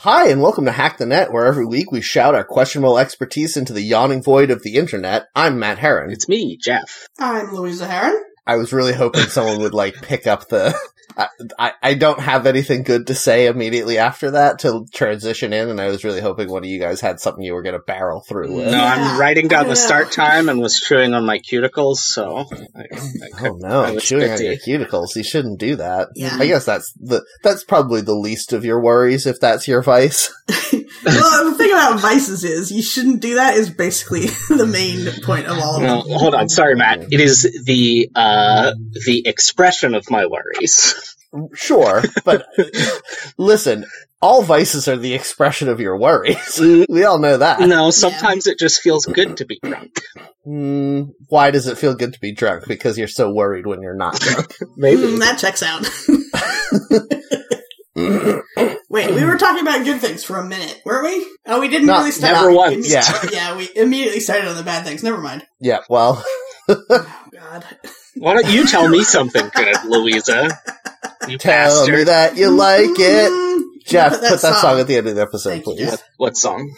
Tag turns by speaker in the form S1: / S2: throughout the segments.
S1: Hi, and welcome to Hack the Net, where every week we shout our questionable expertise into the yawning void of the internet. I'm Matt Heron.
S2: It's me, Jeff.
S3: I'm Louisa Heron.
S1: I was really hoping someone would like pick up the. I, I, I don't have anything good to say immediately after that to transition in, and I was really hoping one of you guys had something you were going to barrel through
S2: No,
S1: with.
S2: I'm writing down
S3: Yeah.
S2: the start time and was chewing on my cuticles, so I, I
S1: Oh
S2: could. I
S1: no,
S2: was
S1: chewing on your
S2: busy.
S1: cuticles. You shouldn't do that.
S3: Yeah.
S1: I guess that's the that's probably the least of your worries if that's your vice.
S3: well, the thing about vices is you shouldn't do that is basically the main point of all of
S2: No,
S3: them.
S2: hold on. Sorry, Matt. It is the uh, the expression of my worries.
S1: Sure, but listen, all vices are the expression of your worries.
S2: Mm,
S1: We all know that.
S2: No, sometimes it just feels good to be drunk.
S1: Mm, why does it feel good to be drunk? Because you're so worried when you're not drunk.
S3: Mm, that checks out. Wait, we were talking about good things for a minute, weren't we? Oh, we didn't
S1: Not-
S3: really start.
S2: never
S3: out-
S2: once.
S1: Yeah.
S3: yeah, we immediately started on the bad things. Never mind.
S1: yeah, well,
S3: Oh God.
S2: Why don't you tell me something good, Louisa? You
S1: tell me
S2: bastard.
S1: that you like it.
S3: Mm,
S1: Jeff,
S3: Put
S1: put
S3: that
S1: that, song.
S3: song.
S1: at the end of the episode,
S3: Thank you,
S1: please.
S3: Jeff.
S2: What song?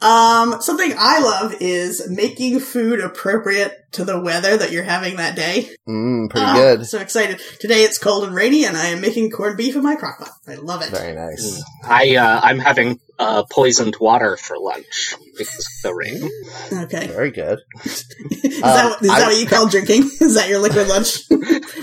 S3: Um, something I love is making food appropriate to the weather that you're having that day.
S1: Mm, pretty
S3: Ah,
S1: good.
S3: So excited. Today it's cold and rainy, and I am making corned beef in my crock pot. I love it.
S1: Very nice.
S3: Hmm.
S2: I uh, I'm having uh, poisoned water for lunch because of the rain.
S3: Okay.
S1: Very good.
S3: Is, that what- is
S1: Um, I-
S3: that what you call drinking? Is that your liquid lunch?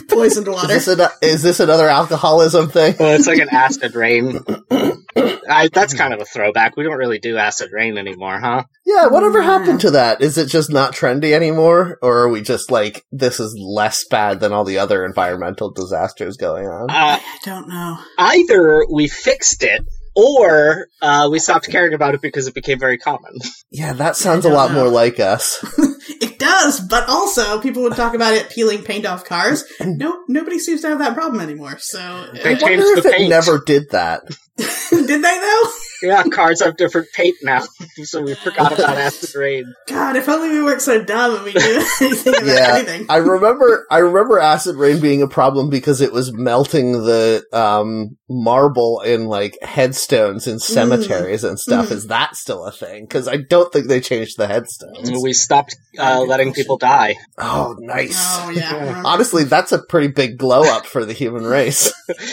S3: Poisoned
S1: Is
S3: water?
S1: this, an, is this another alcoholism thing?
S2: Well, it's like an acid rain. I, that's kind of a throwback. We don't really do acid rain anymore, huh?
S1: Yeah, whatever happened to that? Is it just not trendy anymore? Or are we just like, this is less bad than all the other environmental disasters going on?
S2: Uh,
S3: I don't know.
S2: either we fixed it or uh, we stopped caring about it because it became very common.
S1: Yeah, that sounds
S3: I
S1: a
S3: don't
S1: lot
S3: know.
S1: more like us.
S3: It does, but also people would talk about it peeling paint off cars. No, nobody seems to have that problem anymore. So
S1: I
S2: They
S3: uh,
S1: wonder
S2: changed
S1: if
S2: the
S1: it
S2: paint.
S1: never did that.
S3: did they though?
S2: yeah, cars have different paint now, so we forgot about acid rain.
S3: God, if only we weren't so dumb and we knew anything about
S1: Yeah.
S3: anything.
S1: I remember I remember acid rain being a problem because it was melting the um marble in like headstones in cemeteries and stuff.
S3: Mm.
S1: Is that still a thing? Because I don't think they changed the headstones.
S2: We stopped uh, letting people die.
S1: Oh, nice.
S3: Oh yeah. I remember.
S1: Honestly, that's a pretty big blow up for the human race.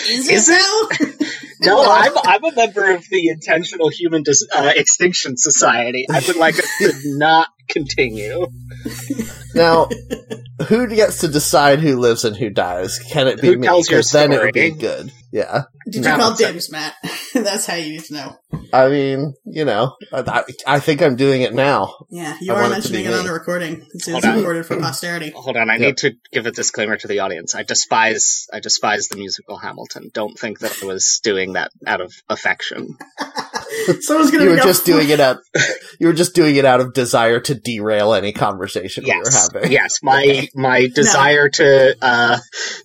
S3: Is
S2: Is
S3: it
S2: No, I'm, I'm a member of the Intentional Human Dis- uh, Extinction Society. I would like us to not continue.
S1: Now, who gets to decide who lives and who dies? Can it be
S2: Who
S1: me?
S2: tells your
S1: 'Cause then it would be
S2: story?
S1: good. Yeah.
S3: Did you
S2: No,
S3: call
S2: it's a-
S3: dibs, Matt? That's how you need to know.
S1: I mean, you know, I, I I think I'm doing it now.
S3: Yeah, you
S1: I
S3: are
S1: want it to
S3: mentioning
S1: be
S3: it on
S1: me.
S3: the recording. It's,
S2: Hold
S3: it's
S2: on.
S3: recorded for posterity.
S2: Hold on, I
S1: Yeah.
S2: need to give a disclaimer to the audience. I despise I despise the musical Hamilton. Don't think that I was doing that out of affection.
S3: Someone's gonna
S1: you
S3: be
S1: were
S3: all-
S1: just doing it out you were just doing it out of desire to derail any conversation
S2: Yes.
S1: we were having
S2: Yes, my my desire to uh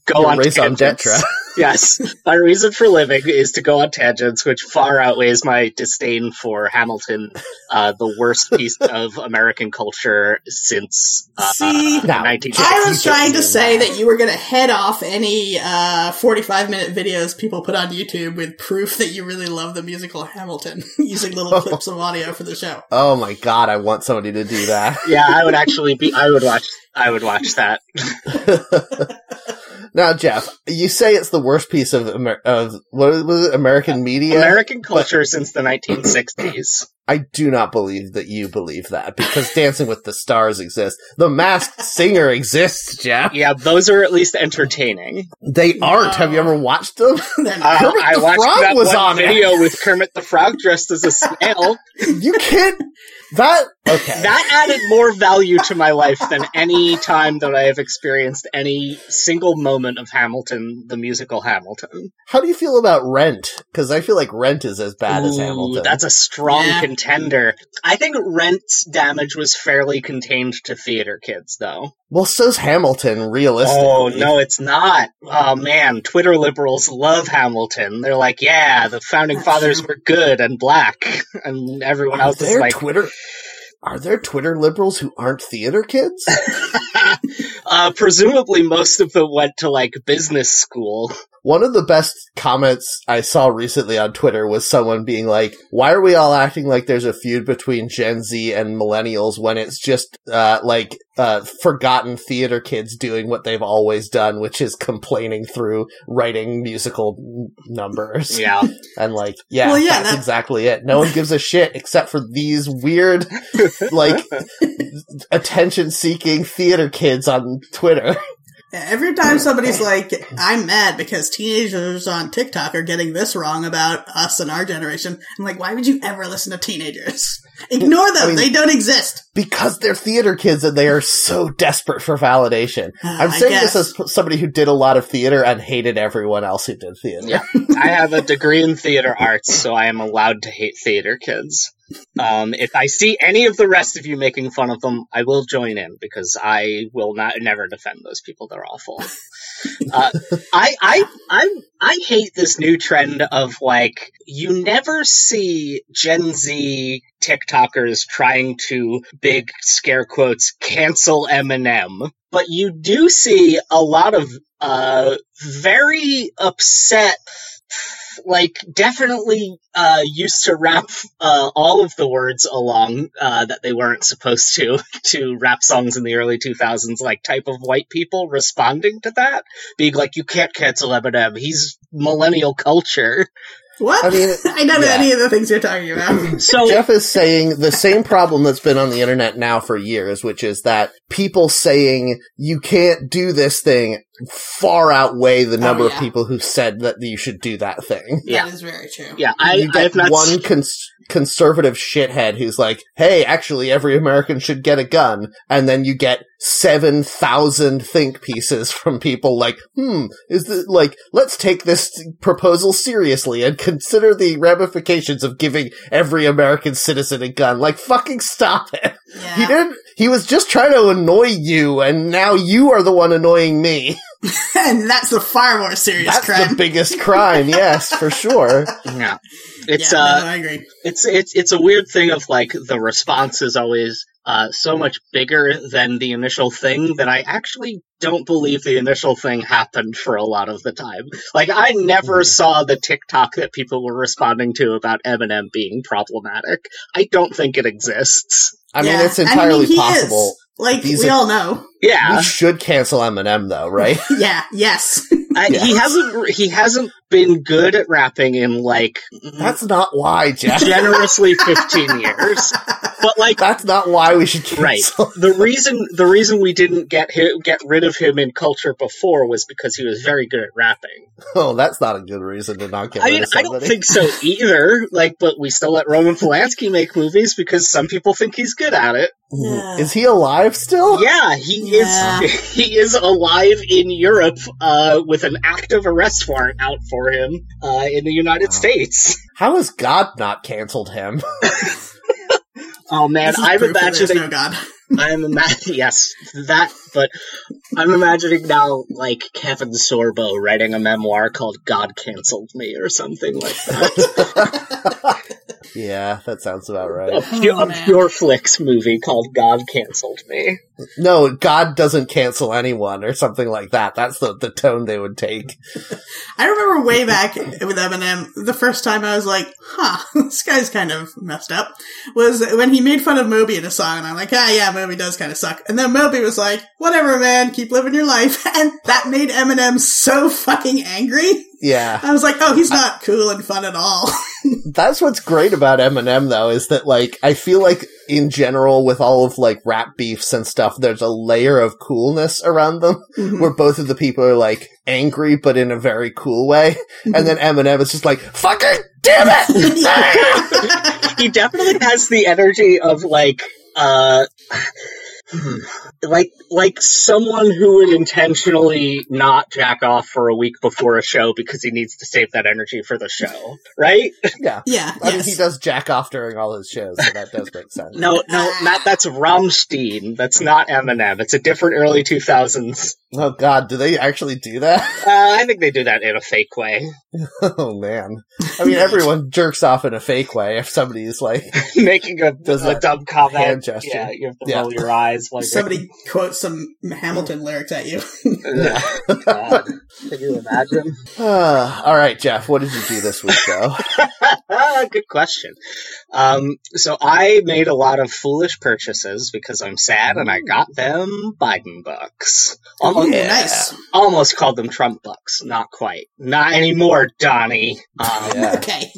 S2: go
S1: Your
S2: on
S1: race on
S2: tangents.
S1: Detra.
S2: yes. My reason for living is to go on tangents which far outweighs my disdain for Hamilton, uh the worst piece of American culture since uh
S3: See?
S1: Now,
S2: 19
S3: I
S1: Yes,
S3: was
S1: you
S3: trying to
S1: just-
S3: say that you were going to head off any uh, 45 minute videos people put on YouTube with proof that you really love the musical Hamilton using little clips of audio for the show.
S1: oh my god i want somebody to do that
S2: Yeah, I would actually be I would watch I would watch that.
S1: now jeff you say it's the worst piece of Amer- of what was it american media
S2: American culture since the 1960s.
S1: i do not believe that you believe that because dancing with the stars exists the masked singer exists jeff
S2: Yeah, those are at least entertaining.
S1: they aren't have you ever watched them
S3: They're not-
S2: Uh,
S1: Kermit
S2: I
S1: the
S2: watched
S1: Frog
S2: that
S1: was
S2: one
S1: on it.
S2: video with Kermit the Frog dressed as a snail.
S1: you can't that okay
S2: that added more value to my life than any time that I have experienced any single moment of Hamilton, the musical Hamilton.
S1: how do you feel about rent because i feel like rent is as bad as
S2: Ooh,
S1: hamilton
S2: That's a strong
S3: Yeah.
S2: contender. I think Rent's damage was fairly contained to theater kids, though.
S1: Well, so's Hamilton, realistically.
S2: Oh no, it's not. Oh man, Twitter liberals love Hamilton. They're like, yeah, the founding
S3: That's
S2: fathers
S3: true.
S2: were good and black, and everyone
S1: Are
S2: else is
S1: there
S2: like,
S1: Twitter? Are there Twitter liberals who aren't theater kids?
S2: uh, presumably most of them went to like business school.
S1: One of the best comments I saw recently on Twitter was someone being like, why are we all acting like there's a feud between Gen Z and millennials when it's just, uh, like, uh, forgotten theater kids doing what they've always done, which is complaining through writing musical n- numbers.
S2: Yeah.
S1: And like, yeah,
S3: Well, yeah,
S1: that's
S3: that-
S1: exactly it. No one gives a shit except for these weird, like, attention seeking theater kids on Twitter.
S3: Yeah, Every time somebody's like, I'm mad because teenagers on TikTok are getting this wrong about us and our generation, I'm like, why would you ever listen to teenagers? Ignore them.
S1: I mean-
S3: they don't exist.
S1: because they're theater kids and they are so desperate for validation.
S3: Ah,
S1: I'm
S3: I
S1: saying
S3: guess.
S1: this as somebody who did a lot of theater and hated everyone else who did theater.
S2: Yeah. I have a degree in theater arts, so I am allowed to hate theater kids. Um, if I see any of the rest of you making fun of them, I will join in because I will not never defend those people. They're awful. Uh, I I I I hate this new trend of like you never see Gen Z TikTokers trying to big scare quotes cancel Eminem, but you do see a lot of uh very upset like definitely uh used to rap uh all of the words along uh that they weren't supposed to to rap songs in the early 2000s like type of white people responding to that being like you can't cancel Eminem he's millennial culture
S3: What?
S1: I mean,
S3: I don't know
S1: yeah.
S3: any of the things you're talking about.
S2: so
S1: Jeff is saying the same problem that's been on the internet now for years, which is that people saying you can't do this thing far outweigh the number
S3: yeah.
S1: of people who said that you should do that thing.
S2: Yeah.
S3: That is very true.
S2: yeah I
S1: you
S2: I
S1: get
S2: have not
S1: one cons- conservative shithead who's like, "Hey, actually, every American should get a gun," and then you get seven thousand think pieces from people like, "Hmm, is this like let's take this proposal seriously and consider the ramifications of giving every American citizen a gun." Like, fucking stop it!
S3: Yeah.
S1: He didn't. He was just trying to annoy you, and now you are the one annoying me.
S3: and that's a far more serious
S1: That's
S3: crime.
S1: the biggest crime, yes, for sure.
S2: yeah it's
S3: yeah,
S2: uh
S3: no, I agree.
S2: it's it's it's a weird thing of like the response is always uh, so much bigger than the initial thing that I actually don't believe the initial thing happened for a lot of the time. Like I never
S1: Mhm.
S2: saw the TikTok that people were responding to about Eminem being problematic. I don't think it exists.
S1: I mean,
S3: Yeah.
S1: it's
S3: And
S1: entirely
S3: he is.
S1: possible.
S3: Like
S1: These
S3: we
S1: are-
S3: all know.
S2: Yeah,
S1: We should cancel Eminem though, right?
S3: yeah. Yes.
S2: I, he hasn't he hasn't been good at rapping in like
S1: That's not why, Jeff.
S2: generously fifteen years, but like
S1: That's not why we should
S2: Right.
S1: cancel.
S2: the reason the reason we didn't get him, get rid of him in culture before was because he was very good at rapping.
S1: Oh, that's not a good reason to not get
S2: I
S1: rid
S2: mean,
S1: of
S2: I
S1: somebody.
S2: don't think so either. Like, but we still let Roman Polanski make movies because some people think he's good at it.
S3: Yeah.
S1: Is he alive still?
S2: Yeah, he is.
S3: Yeah.
S2: He is alive in Europe uh, with an active arrest warrant out for him uh, in the United
S1: Wow.
S2: States.
S1: How has God not canceled him?
S2: Oh man,
S3: This is
S2: I'm
S3: proof that there's
S2: imagining
S3: no god.
S2: I'm imagining, yes, that, but I'm imagining now, like, Kevin Sorbo writing a memoir called God Cancelled Me or something like that.
S1: yeah, that sounds about
S2: a
S1: right.
S2: pu-
S3: Oh,
S2: a
S3: man.
S2: pure flicks movie called God Cancelled Me.
S1: No, God doesn't cancel anyone or something like that. That's the, the tone they would take.
S3: I remember way back with Eminem, the first time I was like, huh, this guy's kind of messed up, was when he made fun of Moby in a song, and I'm like, ah, yeah, Moby does kind of suck. And then Moby was like, whatever, man, keep living your life. And that made Eminem so fucking angry.
S1: Yeah.
S3: I was like, oh, he's not cool and fun at all.
S1: That's what's great about Eminem though, is that like, I feel like in general with all of like rap beefs and stuff, there's a layer of coolness around them. where both of the people are like angry but in a very cool way. And then Eminem is just like, fuck it! Damn it!
S2: He definitely has the energy of, like, uh, hmm, like like someone who would intentionally not jack off for a week before a show because he needs to save that energy for the show, right?
S1: yeah.
S3: yeah,
S1: I mean, he
S3: yes.
S1: does jack off during all his shows, so that does make sense.
S2: No, no, not that's Rammstein. That's not Eminem. It's a different early 2000s.
S1: Oh god, do they actually do that?
S2: Uh, I think they do that in a fake way.
S1: oh man. I mean, everyone jerks off in a fake way if somebody's like,
S2: Making a,
S1: Does
S2: a
S1: that
S2: dumb comment.
S1: hand gesture.
S2: Yeah, you have to
S1: Yeah.
S2: roll your eyes. it's like
S3: Somebody quotes some Hamilton lyrics at you.
S2: Oh, God. Can you imagine?
S1: Ah, all right, Jeff, what did you do this week, though?
S2: Good question. Um, so I made a lot of foolish purchases because I'm sad, and I got them Biden bucks. Almost,
S1: Yeah.
S3: Nice.
S2: almost called them Trump bucks. Not quite. Not anymore, Donnie. Um,
S1: Yeah.
S3: Okay.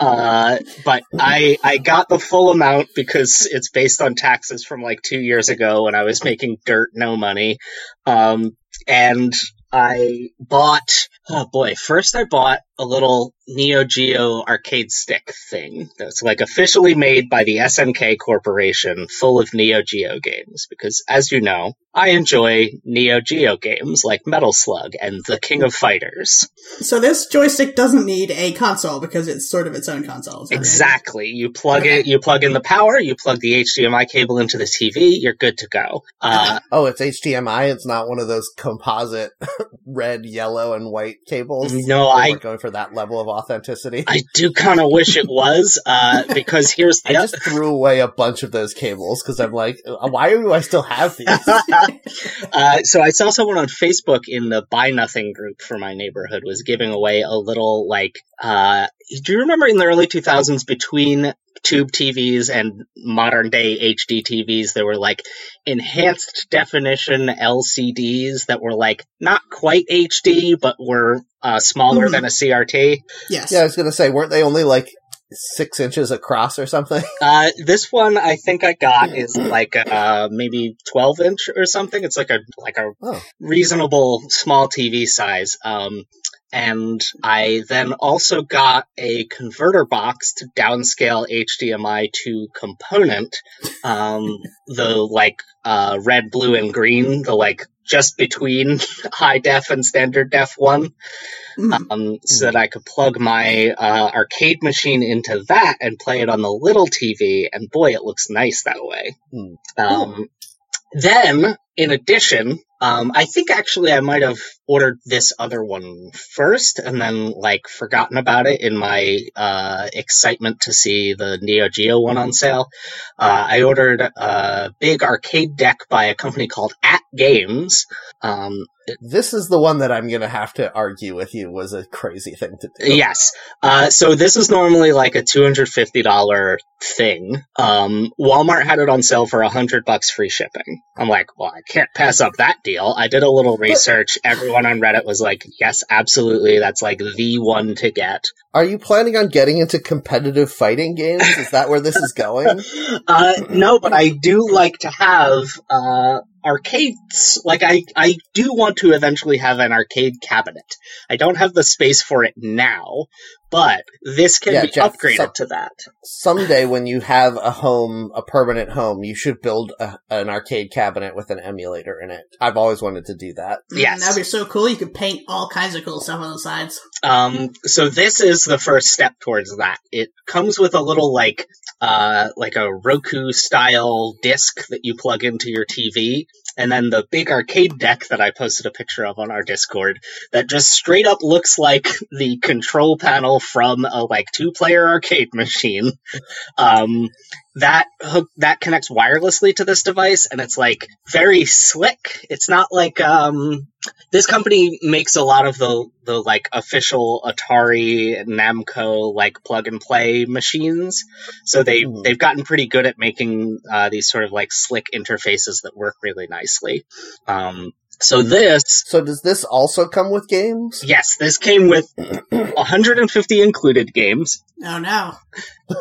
S2: uh, but I I got the full amount because it's based on taxes from like two years ago when I was making dirt no money, um, and I bought oh boy first I bought a little Neo Geo arcade stick thing that's like officially made by the SNK Corporation, full of Neo Geo games because as you know I enjoy Neo Geo games like Metal Slug and The King of Fighters.
S3: So this joystick doesn't need a console because it's sort of its own console. is that right?
S2: Exactly. You plug it. You plug in the power. You plug the HDMI cable into the TV. You're good to go. Uh,
S1: Oh, it's HDMI. It's not one of those composite red, yellow, and white cables.
S2: no,
S1: They
S2: Mm-hmm. I
S1: weren't going for that level of authenticity.
S2: I do kind of wish it was uh, because here's
S1: I
S2: the
S1: just threw away a bunch of those cables because I'm like, "Uh, why do I still have these?
S2: uh, so I saw someone on Facebook in the Buy Nothing group for my neighborhood was giving away a little like. Uh, do you remember in the early 2000s between tube TVs and modern day HD TVs, there were like enhanced definition LCDs that were like not quite HD but were uh, smaller
S3: Mhm.
S2: than a CRT.
S3: Yes.
S1: yeah, I was gonna say, weren't they only like six inches across or something?
S2: Uh, this one I think I got is like uh maybe twelve inch or something. It's like a like a
S1: Oh.
S2: reasonable small TV size. Um, and I then also got a converter box to downscale HDMI to component. Um, the like uh red, blue, and green. The like just between high def and standard def one
S3: Mhm.
S2: um, so that I could plug my uh, arcade machine into that and play it on the little TV. And boy, it looks nice that way.
S1: Hmm.
S2: Um, then, in addition, um, I think actually I might have ordered this other one first and then like forgotten about it in my uh, excitement to see the Neo Geo one on sale. Uh, I ordered a big arcade deck by a company called At Games. Um,
S1: This is the one that I'm gonna have to argue with you was a crazy thing to do.
S2: Yes. Uh, so this is normally like a two hundred fifty dollar thing. Um, Walmart had it on sale for a hundred bucks free shipping. I'm like, well, I can't pass up that deal. I did a little research. Everyone on Reddit was like, yes, absolutely. That's like the one to get.
S1: Are you planning on getting into competitive fighting games? Is that where this is going?
S2: Uh, no, but I do like to have uh, arcades. Like I, I do want to eventually have an arcade cabinet. I don't have the space for it now, but this can
S1: Yeah,
S2: be
S1: Jeff,
S2: upgraded
S1: some-
S2: to that.
S1: Someday, when you have a home, a permanent home, you should build a, an arcade cabinet with an emulator in it. I've always wanted to do that.
S3: Mm,
S2: yes.
S3: That'd be so cool. You could paint all kinds of cool stuff on the sides.
S2: Um, so this is the first step towards that. It comes with a little like uh like a Roku style disc that you plug into your TV, and then the big arcade deck that I posted a picture of on our Discord that just straight up looks like the control panel from a like two player arcade machine. Um, that hook that connects wirelessly to this device, and it's like very slick. It's not like um this company makes a lot of the the like official Atari Namco like plug and play machines. So they
S1: Mhm.
S2: they've gotten pretty good at making uh, these sort of like slick interfaces that work really nicely. Um, so this
S1: So, does this also come with games?
S2: yes, this came with 150 included games,
S3: Oh no.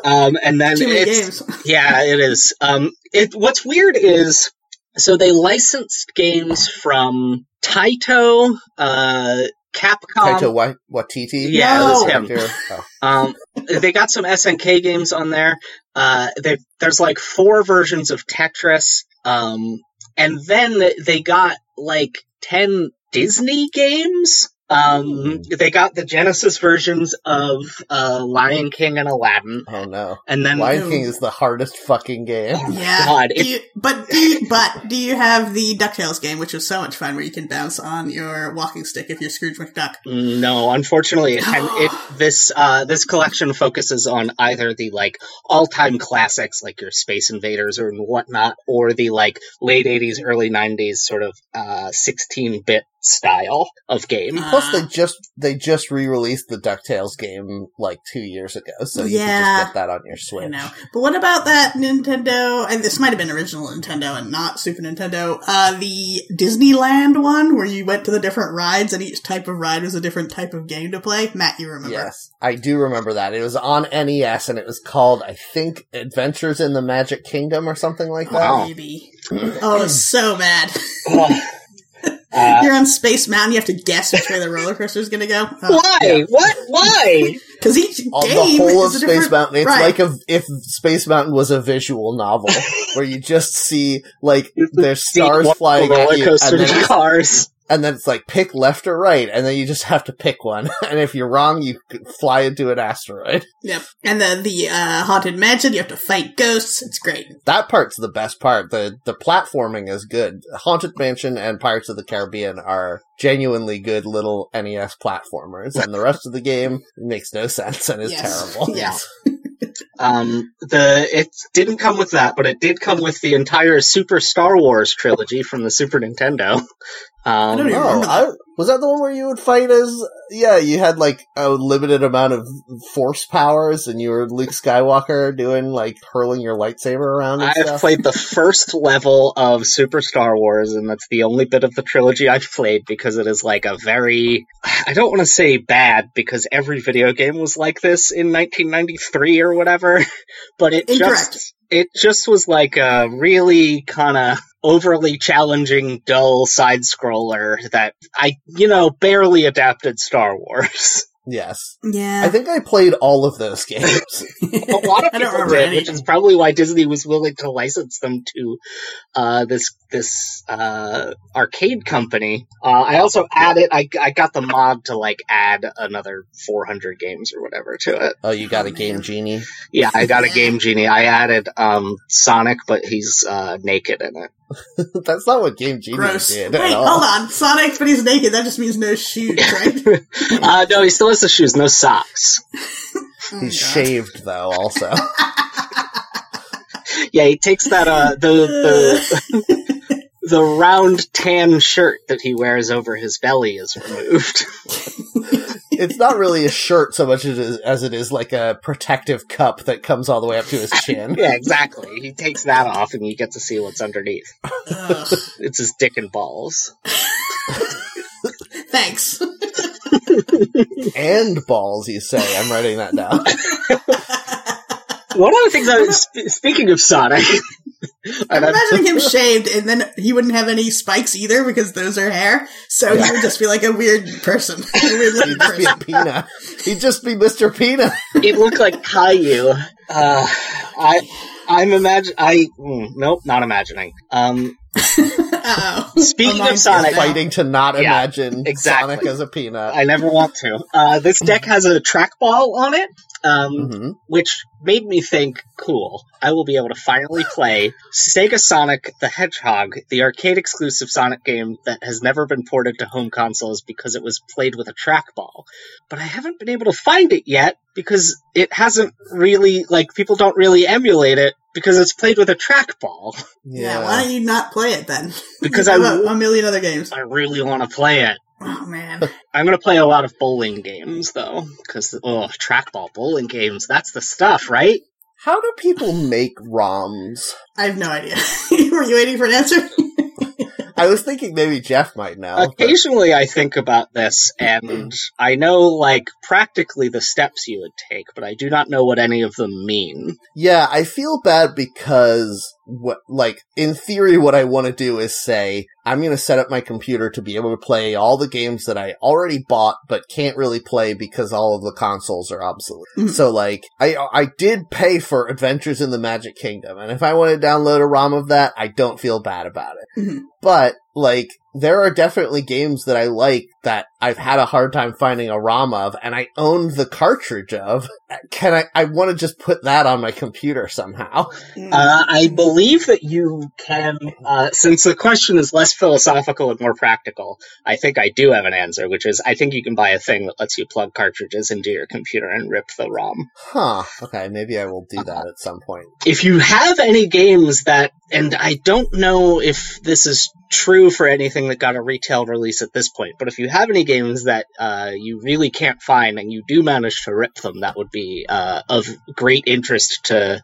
S2: um, and then
S3: Too many
S2: it's,
S3: games.
S2: yeah, it is. Um, it what's weird is so they licensed games from Taito, uh, Capcom.
S1: Taito Wa- Watiti?
S2: Yeah,
S3: it was
S2: him.
S1: Oh.
S2: Um, they got some SNK games on there. Uh, there- there's like four versions of Tetris. Um, and then they got like ten Disney games. Um, they got the Genesis versions of uh, Lion King and Aladdin,
S1: Oh no.
S2: and then
S1: Lion King is the hardest fucking game.
S3: Yeah.
S2: God,
S3: Do you, but do you, but do you have the Ducktales game, which was so much fun, where you can bounce on your walking stick if you're Scrooge McDuck?
S2: No, unfortunately, it, and it this uh, this collection focuses on either the like all time classics like your Space Invaders or whatnot, or the like late '80s, early '90s sort of uh, 16-bit style of game.
S1: Plus,
S3: Uh,
S1: they just they just re released the Ducktales game like two years ago, so you
S3: Yeah.
S1: can just get that on your Switch.
S3: I know. But what about that Nintendo? And this might have been original Nintendo and not Super Nintendo. Uh, the Disneyland one, where you went to the different rides, and each type of ride was a different type of game to play. Matt, you remember?
S1: Yes, I do remember that. It was on NES, and it was called, I think, Adventures in the Magic Kingdom or something like that.
S2: Wow.
S3: Maybe. Oh, it's so bad.
S2: Uh,
S3: You're on Space Mountain. You have to guess which way the roller coaster is going to go.
S2: why? What? Why?
S3: Because each
S1: On
S3: game
S1: the whole of
S3: is a different
S1: Space Mountain, it's
S3: ride.
S1: like a, if Space Mountain was a visual novel where you just see like there's stars flying
S2: roller
S1: at you,
S2: coaster
S1: and then,
S2: cars.
S1: and then it's like pick left or right, and then you just have to pick one. And if you're wrong, you fly into an asteroid.
S3: Yep. And then the uh, haunted mansion, you have to fight ghosts. It's great.
S1: That part's the best part. The the platforming is good. Haunted Mansion and Pirates of the Caribbean are genuinely good little NES platformers, and the rest of the game makes no sense and is
S3: Yes.
S1: terrible.
S3: Yeah.
S2: Um, the it didn't come with that, but it did come with the entire Super Star Wars trilogy from the Super Nintendo. Um,
S3: don't even
S1: Oh, I, was that the one where you would fight as? Yeah, you had like a limited amount of force powers, and you were Luke Skywalker doing like hurling your lightsaber around. And
S2: I've
S1: stuff.
S2: played the first level of Super Star Wars, and that's the only bit of the trilogy I've played because it is like a very. I don't want to say bad because every video game was like this in 1993 or whatever, but it
S3: Incorrect.
S2: just. It just was like a really kind of overly challenging, dull side scroller that I, you know, barely adapted Star Wars.
S1: Yes, I
S3: Yeah.
S1: think I played all of those games.
S2: a lot of
S3: I don't
S2: people
S3: remember
S2: did,
S3: any.
S2: which is probably why Disney was willing to license them to uh, this this uh, arcade company. Uh, I also added, I, I got the mod to like add another 400 games or whatever to it.
S1: oh, you got a
S3: Oh,
S1: game
S3: man.
S1: genie.
S2: Yeah, I got a
S3: Yeah.
S2: game genie. I added um, Sonic, but he's uh, naked in it.
S1: That's not what game genie
S3: Gross.
S1: did.
S3: Wait,
S1: at all.
S3: hold on. Sonic, but he's naked. That just means no shoes, right?
S2: Uh, no, he still has the shoes, no socks.
S3: Oh,
S1: He's
S3: God.
S1: shaved though, also.
S2: Yeah, he takes that uh, the the. The round tan shirt that he wears over his belly is removed.
S1: it's not really a shirt so much as it is, as it is like a protective cup that comes all the way up to his chin.
S2: Yeah, exactly. He takes that off and you get to see what's underneath.
S3: Ugh.
S2: It's his dick and balls.
S3: Thanks.
S1: and balls, you say. I'm writing that down.
S2: One of the things I was sp- speaking of Sonic, and
S3: I'm
S2: I'm,
S3: imagining him shaved, and then he wouldn't have any spikes either because those are hair. So he would just be like a weird person, a weird
S1: He'd
S3: looking
S1: just be
S3: person.
S1: a peanut. He'd just be Mr. Peanut.
S2: it looked like Caillou. Uh, I, I'm imagine. I mm, nope, not imagining. Um,
S3: Uh oh.
S2: speaking
S3: Remind
S2: of
S3: me
S2: Sonic,
S3: of that.
S1: Fighting to not
S2: Yeah,
S1: imagine
S2: exactly.
S1: Sonic as a peanut.
S2: I never want to. Uh, this deck has a trackball on it. Um,
S1: hmm
S2: which made me think, cool, I will be able to finally play Sega Sonic the Hedgehog, the arcade exclusive Sonic game that has never been ported to home consoles because it was played with a trackball. But I haven't been able to find it yet because it hasn't really, like, people don't really emulate it because it's played with a trackball.
S3: Yeah.
S1: Yeah.
S3: why don't you not play it then?
S2: Because
S3: You
S2: I,
S3: have a, a million other games.
S2: I really want to play it.
S3: Oh man.
S2: I'm going to play a lot of bowling games, though, because, oh, trackball bowling games, that's the stuff, right?
S1: How do people make ROMs?
S3: I have no idea. Were you waiting for an answer?
S1: I was thinking maybe Jeff might know. but-
S2: Occasionally, I think about this, and I know, like, practically the steps you would take, but I do not know what any of them mean.
S1: Yeah, I feel bad because what, like, in theory, what I want to do is say, I'm going to set up my computer to be able to play all the games that I already bought, but can't really play because all of the consoles are obsolete.
S3: Mhm.
S1: so, like, I, I did pay for Adventures in the Magic Kingdom, and if I want to download a ROM of that, I don't feel bad about it.
S3: Mhm.
S1: But, like, there are definitely games that I like that I've had a hard time finding a ROM of, and I own the cartridge of. Can I? I want to just put that on my computer somehow.
S3: Hmm.
S2: Uh, I believe that you can, uh, since the question is less philosophical and more practical, I think I do have an answer, which is I think you can buy a thing that lets you plug cartridges into your computer and rip the ROM.
S1: Huh. Okay, maybe I will do that at some point.
S2: If you have any games that, and I don't know if this is true for anything that got a retail release at this point, but if you have any games that uh, you really can't find and you do manage to rip them, that would be uh, of great interest to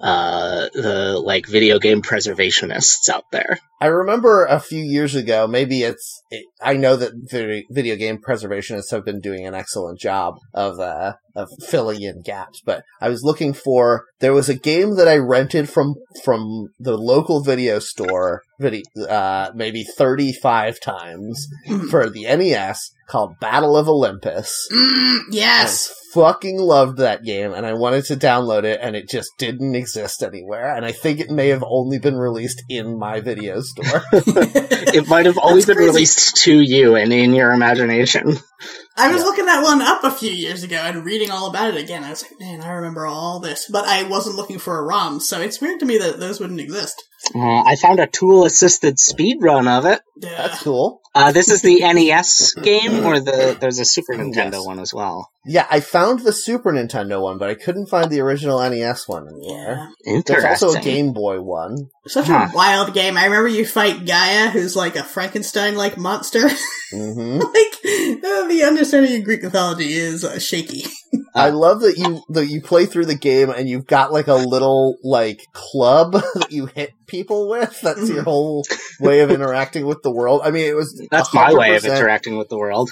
S2: uh, the like video game preservationists out there.
S1: I remember a few years ago, maybe it's, it, I know that vid- video game preservationists have been doing an excellent job of, uh, of filling in gaps, but I was looking for, there was a game that I rented from, from the local video store, video, uh, maybe 35 times for the NES called Battle of Olympus.
S3: Mm, yes.
S1: I fucking loved that game and I wanted to download it and it just didn't exist anywhere. And I think it may have only been released in my video store.
S2: It might have always
S3: That's
S2: been
S3: crazy.
S2: released to you and in your imagination.
S3: I was
S1: Yeah.
S3: looking that one up a few years ago and reading all about it again. I was like, man, I remember all this, but I wasn't looking for a ROM, so it's weird to me that those wouldn't exist.
S2: Uh, I found a tool-assisted speedrun of it.
S3: Yeah.
S1: That's cool.
S2: Uh, this is the NES game, or the there's a Super Nintendo
S1: Yes.
S2: one as well.
S1: Yeah, I found the Super Nintendo one, but I couldn't find the original NES one anywhere.
S3: Yeah.
S1: There's
S2: Interesting.
S1: also a Game Boy one.
S3: Such
S2: Huh.
S3: a wild game. I remember you fight Gaia, who's like a Frankenstein like monster. like,
S1: hmm
S3: uh, the understanding of Greek mythology is uh, shaky.
S1: I love that you that you play through the game and you've got like a little like club that you hit people with. That's your whole way of interacting with the world. I mean, it was
S2: That's my way of
S1: 100%
S2: interacting with the world.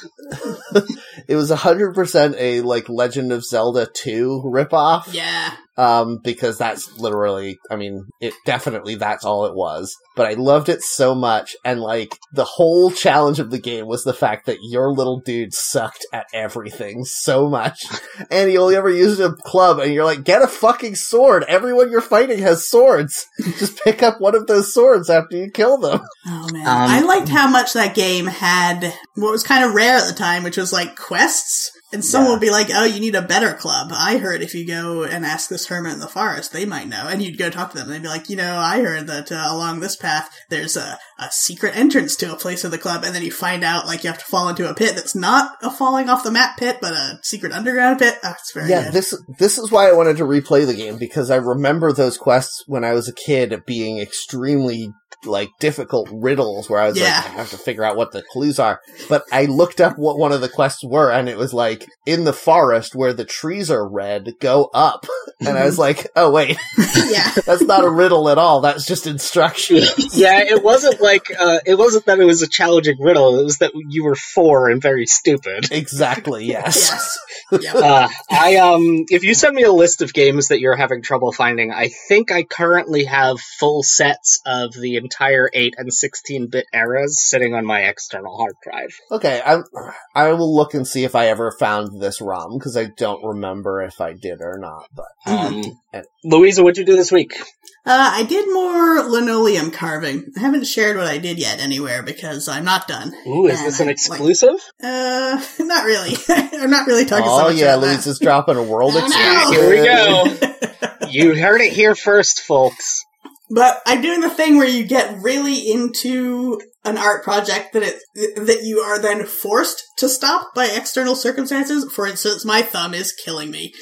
S1: It was hundred percent a like Legend of Zelda two ripoff.
S3: Yeah.
S1: um, because that's literally, I mean, it definitely that's all it was. But I loved it so much, and like the whole challenge of the game was the fact that your little dude sucked at everything so much, and he only ever used a club. And you're like, get a fucking sword. Everyone you're fighting has swords. Just pick up one of those swords after you kill them.
S3: Oh
S2: Um,
S3: man. I liked how much that game had what was kind of rare at the time, which was like quests. And someone
S1: Yeah.
S3: would be like, Oh, you need a better club. I heard if you go and ask this hermit in the forest, they might know. And you'd go talk to them. And they'd be like, You know, I heard that uh, along this path, there's a, a secret entrance to a place of the club. And then you find out, like, you have to fall into a pit that's not a falling off the map pit, but a secret underground pit. Oh, it's very
S1: yeah,
S3: good.
S1: this this is why I wanted to replay the game because I remember those quests when I was a kid being extremely like difficult riddles where I was
S3: Yeah.
S1: like, I have to figure out what the clues are. But I looked up what one of the quests were, and it was like in the forest where the trees are red, go up. And I was like, oh wait,
S3: yeah.
S1: that's not a riddle at all. That's just instruction.
S2: yeah, it wasn't like uh, it wasn't that it was a challenging riddle. It was that you were four and very stupid.
S1: exactly. Yes.
S3: Yes. yeah.
S2: Uh, I um, if you send me a list of games that you're having trouble finding, I think I currently have full sets of the entire eight and sixteen bit eras sitting on my external hard drive.
S1: Okay. I'm, I will look and see if I ever found this ROM because I don't remember if I did or not. But
S2: Um, Louisa, what'd you do this week?
S3: Uh, I did more linoleum carving. I haven't shared what I did yet anywhere because I'm not done.
S2: Ooh, is this an
S3: Like-
S2: exclusive?
S3: Uh, not really. I'm not really talking so
S1: oh
S3: much
S1: yeah,
S3: about
S1: Louise is dropping a world
S3: No, no.
S1: experience.
S2: Here we go. you heard it here first, folks.
S3: that. But I'm doing the thing where you get really into an art project that it that you are then forced to stop by external circumstances. For instance, my thumb is killing me,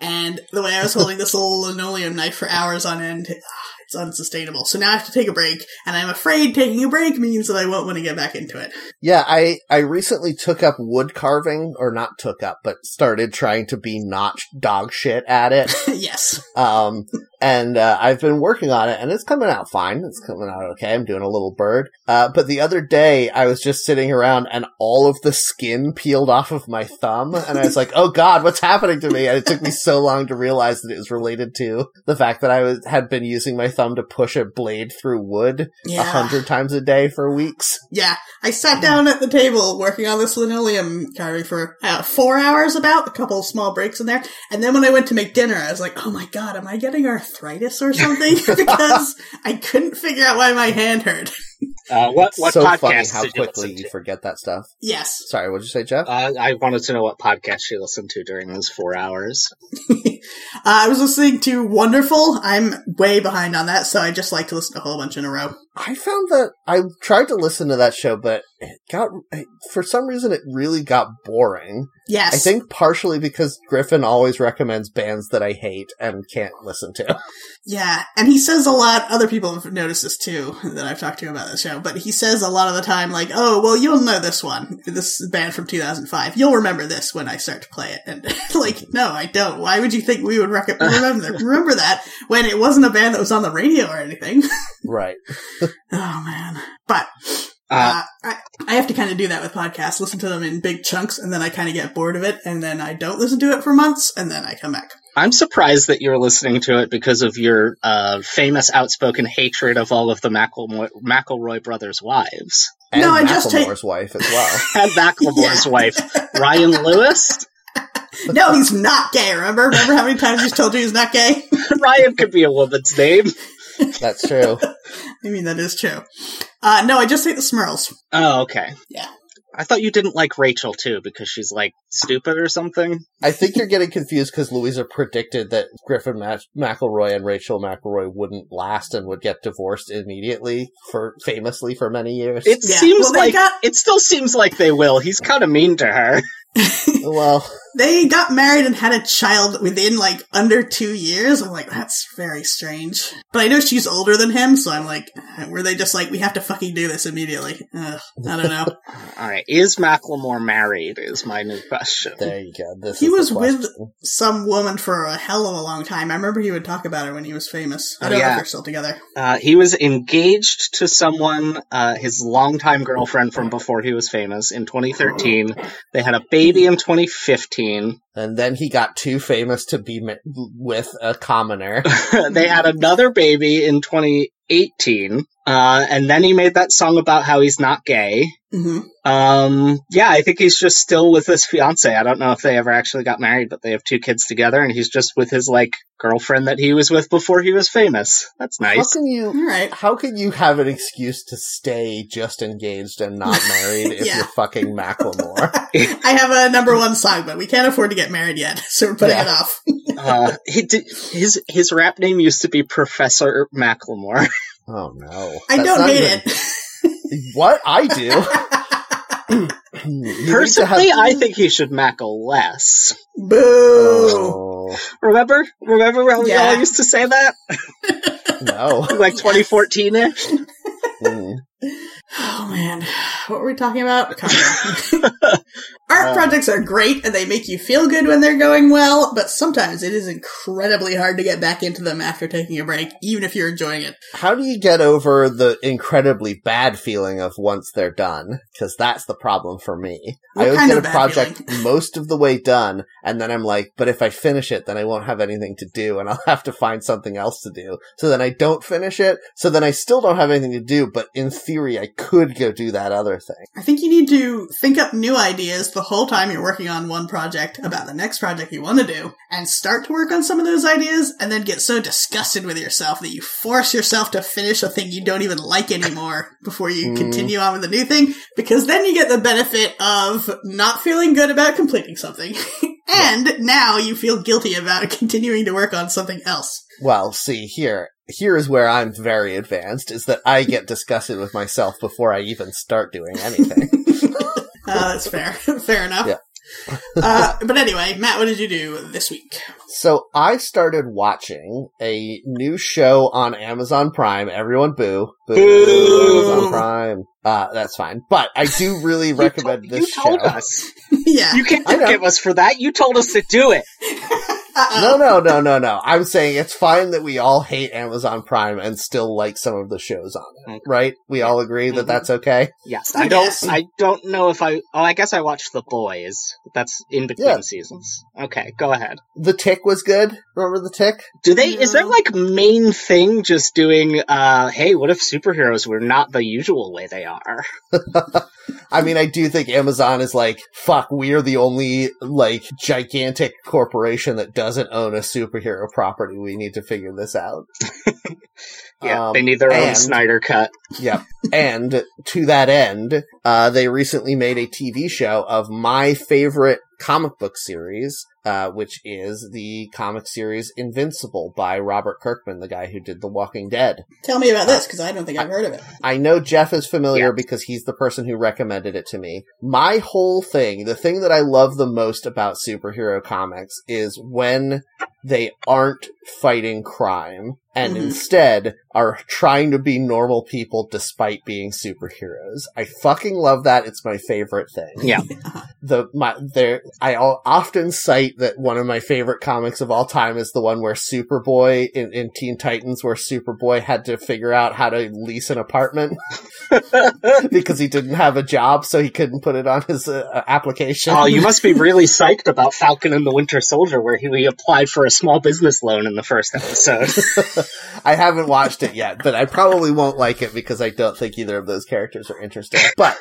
S3: and the way I was holding this little linoleum knife for hours on end. ah, It's unsustainable. So now I have to take a break, and I'm afraid taking a break means that I won't want to get back into it.
S1: Yeah, I I recently took up wood carving, or not took up, but started trying to be not dog shit at it.
S3: yes.
S1: Um, and uh, I've been working on it, and it's coming out fine. It's coming out okay. I'm doing a little bird. Uh, but the other day, I was just sitting around, and all of the skin peeled off of my thumb, and I was like, "Oh God, what's happening to me?" And it took me so long to realize that it was related to the fact that I was had been using my thumb to push a blade through wood a
S3: Yeah.
S1: hundred times a day for weeks.
S3: Yeah, I
S1: Mm-hmm.
S3: sat down at the table working on this linoleum carving for uh, four hours, about a couple of small breaks in there. And then when I went to make dinner, I was like, "Oh my god, am I getting our arthritis or something because I couldn't figure out why my hand hurt.
S2: Uh, what what
S1: so
S2: podcast
S1: funny how
S2: did you
S1: quickly
S2: listen
S1: you
S2: to?
S1: forget that stuff.
S3: Yes.
S1: Sorry, what did you say, Jeff?
S2: Uh, I wanted to know what podcast she listened to during those four hours.
S3: uh, I was listening to Wonderful. I'm way behind on that, so I just like to listen to a whole bunch in a row.
S1: I found that I tried to listen to that show, but it got for some reason it really got boring.
S3: Yes.
S1: I think partially because Griffin always recommends bands that I hate and can't listen to.
S3: Yeah, and he says a lot. Other people have noticed this too that I've talked to about the show, but he says a lot of the time, like, "Oh, well, you'll know this one. This is band from 2005. You'll remember this when I start to play it." And like, no, I don't. Why would you think we would rec- remember remember that when it wasn't a band that was on the radio or anything?
S1: right.
S3: oh man, but.
S2: Uh,
S3: Uh, I, I have to kind of do that with podcasts, listen to them in big chunks, and then I kind of get bored of it, and then I don't listen to it for months, and then I come back.
S2: I'm surprised that you're listening to it because of your uh, famous outspoken hatred of all of the McElroy, McElroy brothers' wives.
S1: And
S3: No, I just take-
S1: Macklemore's wife as well.
S2: And McElroy's
S3: Yeah.
S2: wife, Ryan Lewis.
S3: No, he's not gay, remember? Remember how many times he's told you he's not gay?
S2: Ryan could be a woman's name.
S1: That's true.
S3: I mean, that is true. Uh, no, I just hate the Smurls.
S2: Oh, okay.
S3: Yeah.
S2: I thought you didn't like Rachel too because she's like stupid or something.
S1: I think you're getting confused because Louisa predicted that Griffin Ma- McElroy and Rachel McElroy wouldn't last and would get divorced immediately for famously for many years.
S2: It
S3: Yeah.
S2: seems
S3: Well, they
S2: like
S3: got-
S2: it still seems like they will. He's kind of mean to her.
S1: well,
S3: They got married and had a child within like under two years. I'm like, that's very strange. But I know she's older than him, so I'm like, uh, were they just like, we have to fucking do this immediately? Ugh, I don't know.
S2: All right, is Macklemore married? Is my new question.
S1: there you go. This
S3: He
S1: is the
S3: was with-
S1: question.
S3: Some woman for a hell of a long time. I remember he would talk about her when he was famous.
S1: Oh,
S3: I don't know
S2: Yeah.
S3: if they're still together.
S2: Uh, he was engaged to someone, uh, his longtime girlfriend from before he was famous in 2013. They had a baby in 2015.
S1: and then he got too famous to be ma- with a commoner.
S2: they had another baby in 2018. Uh, and then he made that song about how he's not gay.
S3: hmm
S2: Um, yeah, I think he's just still with his fiance. I don't know if they ever actually got married, but they have two kids together, and he's just with his like girlfriend that he was with before he was famous. That's
S1: How
S2: nice.
S1: can you
S3: All right.
S1: How can you have an excuse to stay just engaged and not married if
S3: Yeah.
S1: you're fucking Macklemore?
S3: I have a number one song, but we can't afford to get married yet, so we're putting
S1: Yeah.
S3: it off.
S2: uh, he did, his his rap name used to be Professor Macklemore.
S1: oh no.
S3: I
S1: That's
S3: don't
S1: not
S3: hate
S1: even-
S3: it.
S1: What? I do. You need to
S2: Personally,
S1: have-
S2: I think he should mackle less.
S3: Boo!
S1: Oh,
S2: Remember, remember when we
S3: Yeah.
S2: all used to say that,
S1: no.
S2: like 2014 ish.
S1: Mm.
S3: Oh man, what were we talking about? Kanye. Art
S2: Uh,
S3: projects are great and they make you feel good when they're going well, but sometimes it is incredibly hard to get back into them after taking a break, even if you're enjoying it.
S1: How do you get over the incredibly bad feeling of once they're done? Because that's the problem for me.
S3: What
S1: I always
S3: kind
S1: get a
S3: of bad
S1: project most of the way done, and then I'm like, but if I finish it, then I won't have anything to do, and I'll have to find something else to do. So then I don't finish it, so then I still don't have anything to do, but in theory, I could go do that other thing.
S3: I think you need to think up new ideas the whole time you're working on one project about the next project you want to do, and start to work on some of those ideas, and then get so disgusted with yourself that you force yourself to finish a thing you don't even like anymore before you
S1: Mm.
S3: continue on with the new thing, because then you get the benefit of not feeling good about completing something. and now you feel guilty about continuing to work on something else.
S1: Well, see, here, here is where I'm very advanced, is that I get disgusted with myself before I even start doing anything.
S3: Uh, that's fair. fair enough.
S1: Yeah.
S3: uh, but anyway, Matt, what did you do this week?
S1: So I started watching a new show on Amazon Prime. Everyone boo. Boo.
S2: Boo.
S1: Amazon Prime. Uh, that's fine. But I do really recommend
S2: you,
S1: this
S2: you told
S1: show.
S2: us.
S3: yeah.
S2: You can't
S1: I know.
S2: forgive us for that. You told us to do it.
S3: Uh-oh.
S1: No, no, no, no, no. I'm saying it's fine that we all hate Amazon Prime and still like some of the shows on it. right? We all agree that
S2: Mhm.
S1: that's okay.
S2: Yes, I don't.
S3: Yes.
S2: I don't know if I. Oh, I guess I watched The Boys. That's in between
S1: Yeah.
S2: seasons. Okay, go ahead.
S1: The Tick was good. Remember the Tick?
S2: Do they? Is their
S3: No.
S2: like main thing just doing? uh Hey, what if superheroes were not the usual way they are?
S1: I mean, I do think Amazon is like, fuck, we're the only like gigantic corporation that doesn't own a superhero property. We need to figure this out.
S2: Yeah,
S1: Um,
S2: they need their own
S1: and-
S2: Snyder cut.
S1: and to that end, uh, they recently made a TV show of my favorite comic book series, uh, which is the comic series Invincible by Robert Kirkman, the guy who did The Walking Dead.
S3: Tell me
S2: Uh,
S3: about this because I don't think I've heard of it.
S1: I know Jeff is familiar
S2: Yeah.
S1: because he's the person who recommended it to me. My whole thing, the thing that I love the most about superhero comics is when they aren't fighting crime and
S3: Mhm.
S1: instead are trying to be normal people despite being superheroes. I fucking love that. It's my favorite thing
S2: Yeah.
S1: the my there I al- often cite that one of my favorite comics of all time is the one where Superboy in, in Teen Titans where Superboy had to figure out how to lease an apartment because he didn't have a job so he couldn't put it on his uh, uh, application.
S2: oh, you must be really psyched about Falcon and the Winter Soldier, where he, he applied for a small business loan in the first episode.
S1: I haven't watched it yet, but I probably won't like it because I don't think either of those characters are interesting. But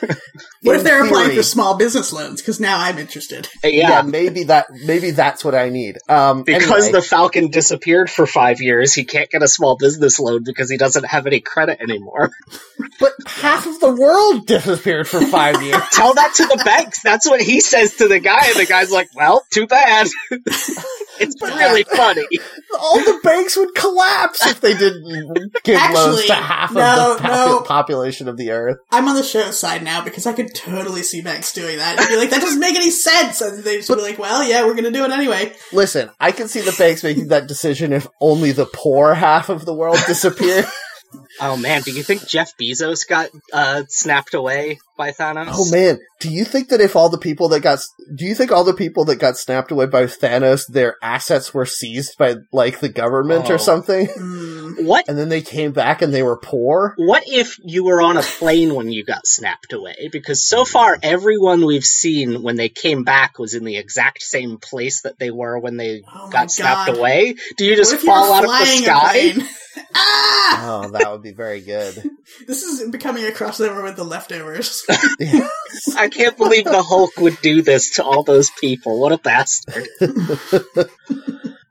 S3: What
S1: in
S3: if they're applying for
S1: theory-
S3: small business loans? Because now I'm interested.
S1: yeah,
S2: yeah.
S1: maybe that maybe that's what I need. Um
S2: Because
S1: anyway.
S2: the Falcon disappeared for five years, he can't get a small business loan because he doesn't have any credit anymore.
S1: but half of the world disappeared for 5 years.
S2: Tell that to the banks. That's what he says to the guy, and the guy's like, "Well, too bad." it's really
S1: uh,
S2: funny.
S1: all the banks would collapse if they didn't give loans
S3: Actually,
S1: to half
S3: no,
S1: of the popu-
S3: no.
S1: population of the earth.
S3: I'm on the show's side now because I could totally see Banks doing that. I'd be like, that doesn't make any sense. And they'd just be like, well, yeah, we're going to do it anyway.
S1: Listen, I can see the banks making that decision if only the poor half of the world disappear.
S2: Oh man, do you think Jeff Bezos got uh, snapped away by Thanos?
S1: oh man, do you think that if all the people that got do you think all the people that got snapped away by Thanos their assets were seized by like the government
S2: Oh.
S1: or something
S3: Mm.
S2: What
S1: and then they came back and they were poor?
S2: What if you were on a plane when you got snapped away? Because so far, everyone we've seen when they came back was in the exact same place that they were when they
S3: Oh my
S2: got snapped
S3: God.
S2: away. Do you
S3: What
S2: just
S3: if you were
S2: fall out of the
S3: flying a
S2: sky?
S3: plane? ah!
S1: Oh, that would be very good.
S3: This is becoming a crossover with the leftovers.
S2: I can't believe the Hulk would do this to all those people. What a bastard.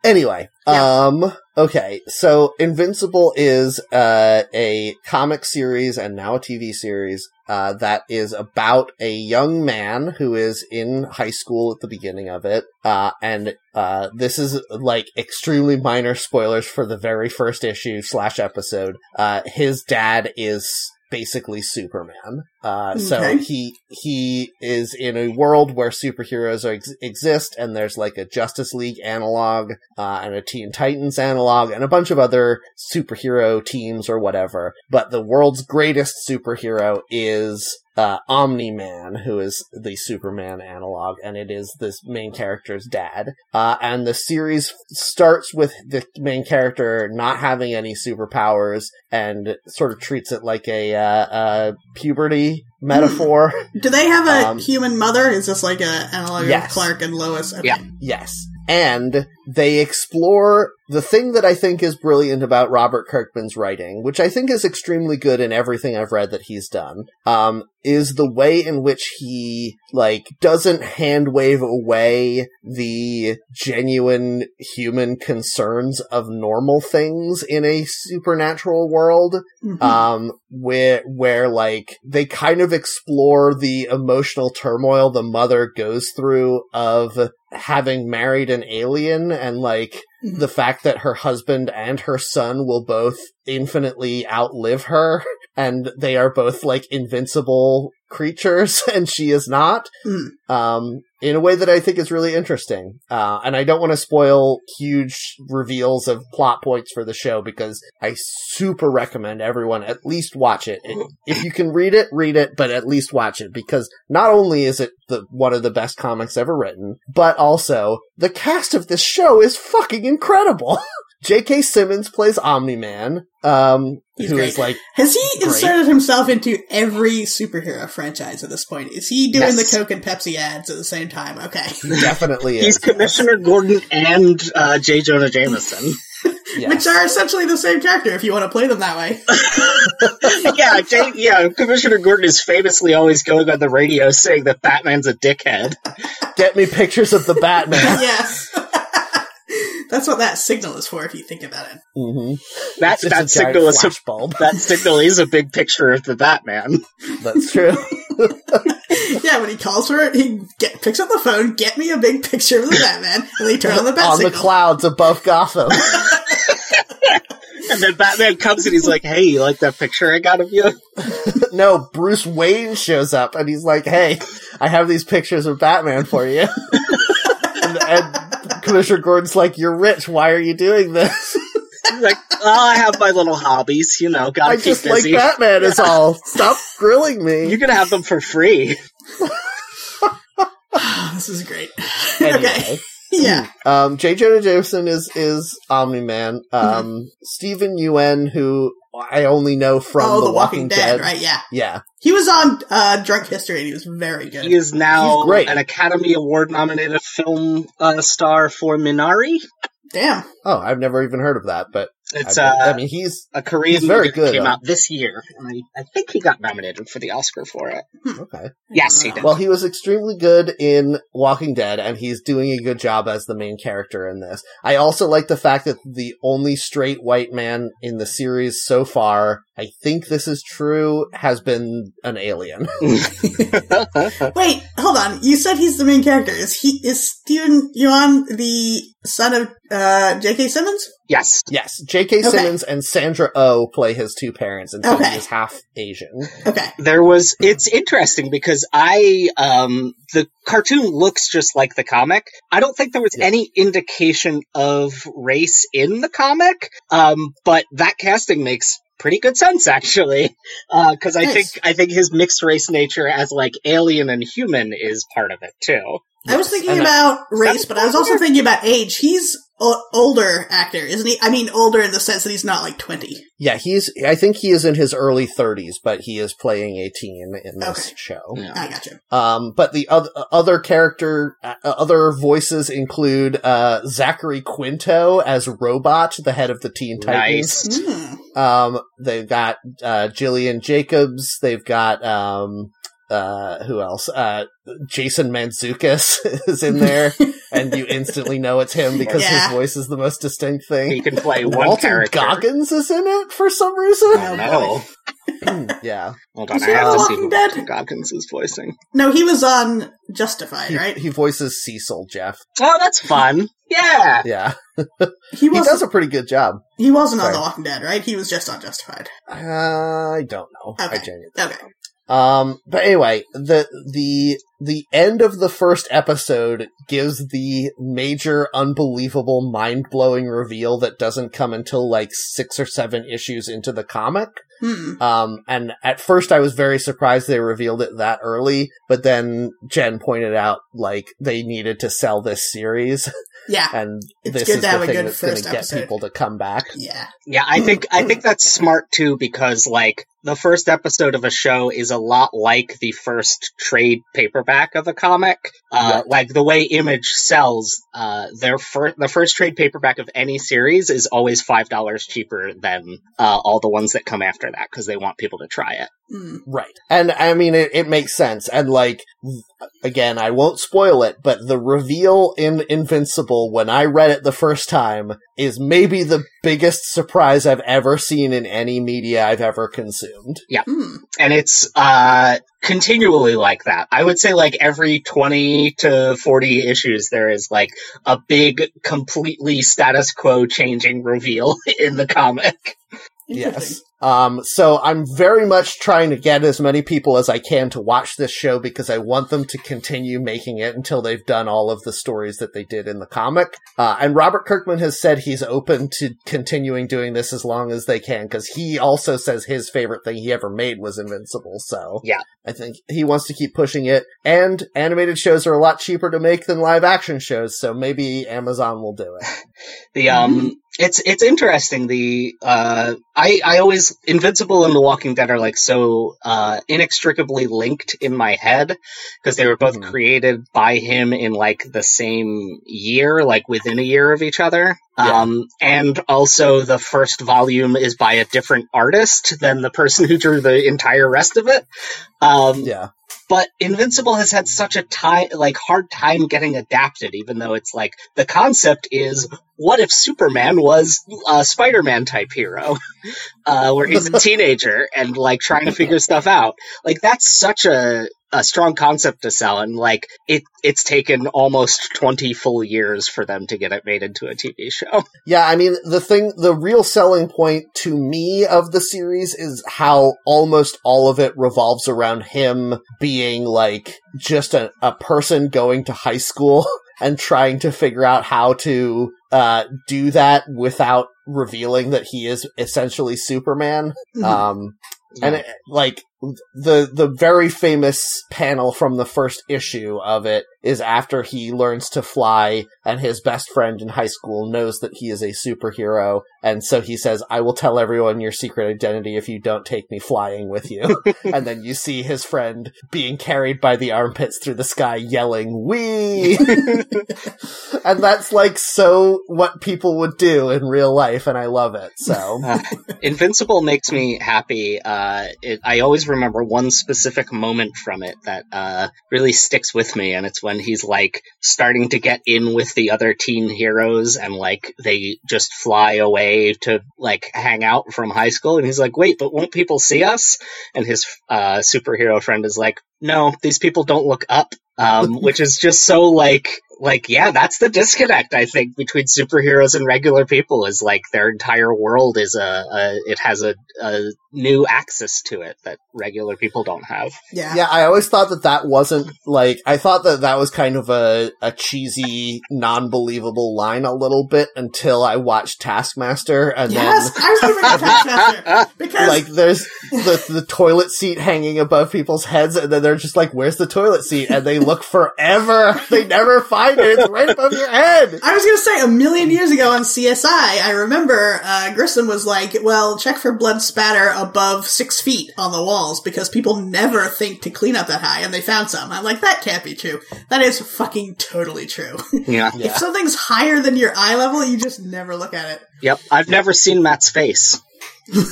S1: Anyway,
S3: Yeah.
S1: um, okay, so Invincible is uh, a comic series and now a TV series uh, that is about a young man who is in high school at the beginning of it, uh, and uh, this is like extremely minor spoilers for the very first issue slash episode. Uh, his dad is basically Superman, uh, so
S3: Okay.
S1: he he is in a world where superheroes are, ex- exist, and there's like a Justice League analog uh, and a Teen Titans analog and a bunch of other superhero teams or whatever. But the world's greatest superhero is uh, Omni Man, who is the Superman analog, and it is this main character's dad. Uh, and the series starts with the main character not having any superpowers and sort of treats it like a, uh, uh puberty metaphor.
S3: do they have a
S1: Um,
S3: human mother? Is this like a analog
S1: Yes.
S3: of Clark and Lois? Okay.
S2: Yeah.
S1: Yes. And they explore the thing that I think is brilliant about Robert Kirkman's writing, which I think is extremely good in everything I've read that he's done, um, is the way in which he, like, doesn't hand wave away the genuine human concerns of normal things in a supernatural world
S3: Mhm.
S2: Uh,
S1: um where where like they kind of explore the emotional turmoil the mother goes through of having married an alien and like
S3: Mhm.
S1: the fact that her husband and her son will both infinitely outlive her and they are both like invincible creatures and she is not
S3: Mm.
S1: um, in a way that I think is really interesting. Uh, and I don't want to spoil huge reveals of plot points for the show because I super recommend everyone at least watch it. It- If you can read it, read it, but at least watch it because not only is it the one of the best comics ever written, but also the cast of this show is fucking incredible. J.K. Simmons plays Omni Man, um,
S3: He's
S1: who
S3: great.
S1: is like
S3: Has he
S1: Great.
S3: inserted himself into every superhero franchise at this point? Is he doing
S2: Yes.
S3: the Coke and Pepsi ads at the same time? Okay.
S1: definitely
S2: He's
S1: is.
S2: Commissioner Gordon and uh, J. Jonah Jameson.
S1: yes.
S3: Which are essentially the same character if you want to play them that way.
S2: yeah, J- yeah. Commissioner Gordon is famously always going on the radio saying that Batman's a dickhead.
S1: Get me pictures of the Batman.
S3: yes. That's what that signal is for if you think about it.
S1: hmm
S2: That
S1: It's just
S2: that
S1: a giant
S2: signal is a,
S1: flash bulb.
S2: that signal is a big picture of the Batman.
S1: That's true.
S3: Yeah, when he calls for it, he get, picks up the phone, get me a big picture of the Batman, and they turn on the bat
S1: on the
S3: signal.
S1: clouds above Gotham.
S2: And then Batman comes and he's like, "Hey, you like that picture I got of you?"
S1: no, Bruce Wayne shows up and he's like, "Hey, I have these pictures of Batman for you." and, and Commissioner Gordon's like, "You're rich. Why are you doing this?
S2: He's like, "Oh, I have my little hobbies, you know. Gotta
S1: I
S2: keep
S1: just like
S2: busy.
S1: Batman is all. Stop grilling
S2: You
S1: me."
S2: can have them for free."
S3: this is great. Okay.
S1: Anyway,
S3: Yeah.
S1: um, J. Jonah Jameson is is Omni Man. Um, Stephen Yuen, who I only know from
S3: oh,
S1: The, Walking, Dead.
S3: right? Yeah.
S1: Yeah,
S3: He was on uh, Drunk History and he was very good.
S2: He is now
S1: He's great.
S2: an Academy Award nominated film uh, star for Minari.
S3: Damn.
S1: Oh, I've never even heard of that, but
S2: It's
S1: I,
S2: uh,
S1: I mean, he's
S2: a Korean
S1: he's very
S2: movie that
S1: good,
S2: came
S1: uh,
S2: out this year, and I, I think he got nominated for the Oscar for it.
S1: okay.
S2: Yes, he did.
S1: Well, he was extremely good in Walking Dead, and he's doing a good job as the main character in this. I also like the fact that the only straight white man in the series so far, I think this is true, has been an alien.
S3: Wait, hold on. You said he's the main character. Is he is Steven Yuan the son of uh, J.K. Simmons?
S2: yes,
S1: yes, J.K.
S3: Okay.
S1: Simmons and Sandra O oh play his two parents, and so
S3: Okay.
S1: he is half Asian.
S3: Okay.
S2: there was. It's interesting because I um the cartoon looks just like the comic. I don't think there was
S1: Yeah.
S2: any indication of race in the comic, um, but that casting makes pretty good sense actually because i
S3: Nice.
S2: think i think his mixed race nature as like alien and human is part of it too
S3: I was thinking
S1: and uh, I-
S3: about race, but I was also
S2: older.
S3: thinking about age. He's o- older actor, isn't he? I mean, older in the sense that he's not like twenty.
S1: Yeah, he's. I think he is in his early 30s, but he is playing a teen in this
S3: Okay.
S1: show.
S2: Yeah.
S3: I got you.
S1: Um, but the other other character, uh, other voices include uh, Zachary Quinto as Robot, the head of the Teen Titans.
S2: nice
S3: Mm.
S1: Um, they've got uh, Jillian Jacobs. They've got um, uh, who else? Uh, Jason Manzukis is in there, and you instantly know it's him because
S3: Yeah.
S1: his voice is the most distinct
S2: he
S1: thing.
S2: can play one
S1: Walton
S2: character
S1: Hmm? Goggins is in it for some reason.
S3: Oh,
S2: no.
S1: yeah,
S2: Hold
S3: Is
S2: on, I
S3: he on
S2: have to see
S3: The Walking
S2: who
S3: Dead?
S2: Walton Goggins is voicing.
S3: No, he was on Justified,
S1: he,
S3: right?
S1: he voices Cecil Jeff.
S2: Oh, that's fun. Yeah.
S1: Yeah,
S3: He
S1: he
S3: wasn't.
S1: does a pretty good job.
S3: He, wasn't on
S1: sorry.
S3: The Walking Dead, right? He was just on Justified.
S1: I don't know. I
S3: Okay.
S1: genuinely.
S3: Okay.
S1: Um, but anyway, the the the end of the first episode gives the major, unbelievable, mind blowing reveal that doesn't come until like six or seven issues into the comic.
S3: Hmm.
S1: Um, and at first I was very surprised they revealed it that early, but then Jen pointed out like they needed to sell this series,
S3: Yeah.
S1: and
S3: It's
S1: this
S3: good
S1: is
S3: to have
S1: the
S3: a
S1: thing
S3: good
S1: that's going to
S3: first
S1: get
S3: episode.
S1: people to come back.
S3: Yeah.
S2: Yeah, I think I think that's smart too because like the first episode of a show is a lot like the first trade paperback of a comic. Uh, Like the way Image sells uh, their fir- the first trade paperback of any series is always five dollars cheaper than uh, all the ones that come after that because they want people to try it.
S3: Hmm.
S1: Right. And I mean, it, it makes sense. And like, again, I won't spoil it, but the reveal in Invincible when I read it the first time is maybe the biggest surprise I've ever seen in any media I've ever consumed.
S3: Hmm.
S2: and it's uh continually like that i would say like every 20 to 40 issues there is like a big completely status quo changing reveal in the comic
S3: Interesting.
S1: Yes. Um, so I'm very much trying to get as many people as I can to watch this show because I want them to continue making it until they've done all of the stories that they did in the comic. Uh, and Robert Kirkman has said he's open to continuing doing this as long as they can because he also says his favorite thing he ever made was Invincible. So
S2: Yeah.
S1: I think he wants to keep pushing it. And animated shows are a lot cheaper to make than live action shows, so maybe Amazon will do it.
S2: the um It's it's interesting. The uh, I I always Invincible and The Walking Dead are like so uh, inextricably linked in my head because they were both
S1: Mhm.
S2: created by him in like the same year, like within a year of each other.
S1: Yeah.
S2: Um, and also the first volume is by a different artist than the person who drew the entire rest of it. Um,
S1: Yeah.
S2: but Invincible has had such a time, like hard time getting adapted, even though it's like the concept is what if Superman was a Spider-Man type hero, uh, where he's a teenager and like trying to figure stuff out. Like that's such a a strong concept to sell, and like it it's taken almost twenty full years for them to get it made into a TV show.
S1: Yeah, I mean, the thing, the real selling point to me of the series is how almost all of it revolves around him being like just a, a person going to high school and trying to figure out how to uh, do that without revealing that he is essentially Superman.
S3: Mm-hmm. Hmm.
S1: Um, and it, like the the very famous panel from the first issue of it is after he learns to fly and his best friend in high school knows that he is a superhero and so he says I will tell everyone your secret identity if you don't take me flying with you and then you see his friend being carried by the armpits through the sky yelling wee and that's like so what people would do in real life and I love it so
S2: Invincible makes me happy. Uh, it, I always remember one specific moment from it that uh, really sticks with me, and it's when he's like starting to get in with the other teen heroes, and like they just fly away to like hang out from high school, and he's like, "Wait, but won't people see us?" And his uh, superhero friend is like, "No, these people don't look up," um, which is just so like. Like, yeah, that's the disconnect, I think, between superheroes and regular people is like their entire world is a, a it has a, a new access to it that regular people don't have.
S3: yeah.
S1: Yeah, I always thought that that wasn't like I thought that that was kind of a a cheesy, non-believable line a little bit until I watched Taskmaster, and
S3: Yes, I was thinking about Taskmaster
S1: then
S3: because
S1: like there's the the toilet seat hanging above people's heads, and then they're just like, "Where's the toilet seat?" and they look forever, they never find it. It's right above your head.
S3: I was going to say a million years ago on CSI, I remember uh, Grissom was like, "Well, check for blood spatter above six feet on the walls because people never think to clean up that high," and they found some. I'm like, that can't be true. That is fucking totally true.
S2: Yeah.
S1: Yeah.
S3: if something's higher than your eye level, you just never look at it.
S2: Yep. I've never seen Matt's face.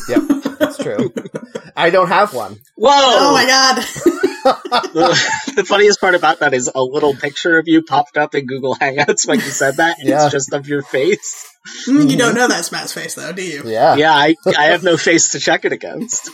S1: yep, that's true. I don't have one.
S2: Whoa!
S3: Oh, my god!
S2: the, the funniest part about that is a little picture of you popped up in Google Hangouts when you said that, and
S1: Yeah.
S2: it's just of your face.
S3: Mm, you
S1: Mm-hmm.
S3: don't know that's Matt's face though, do you?
S1: Yeah,
S2: Yeah, I, I have no face to check it against.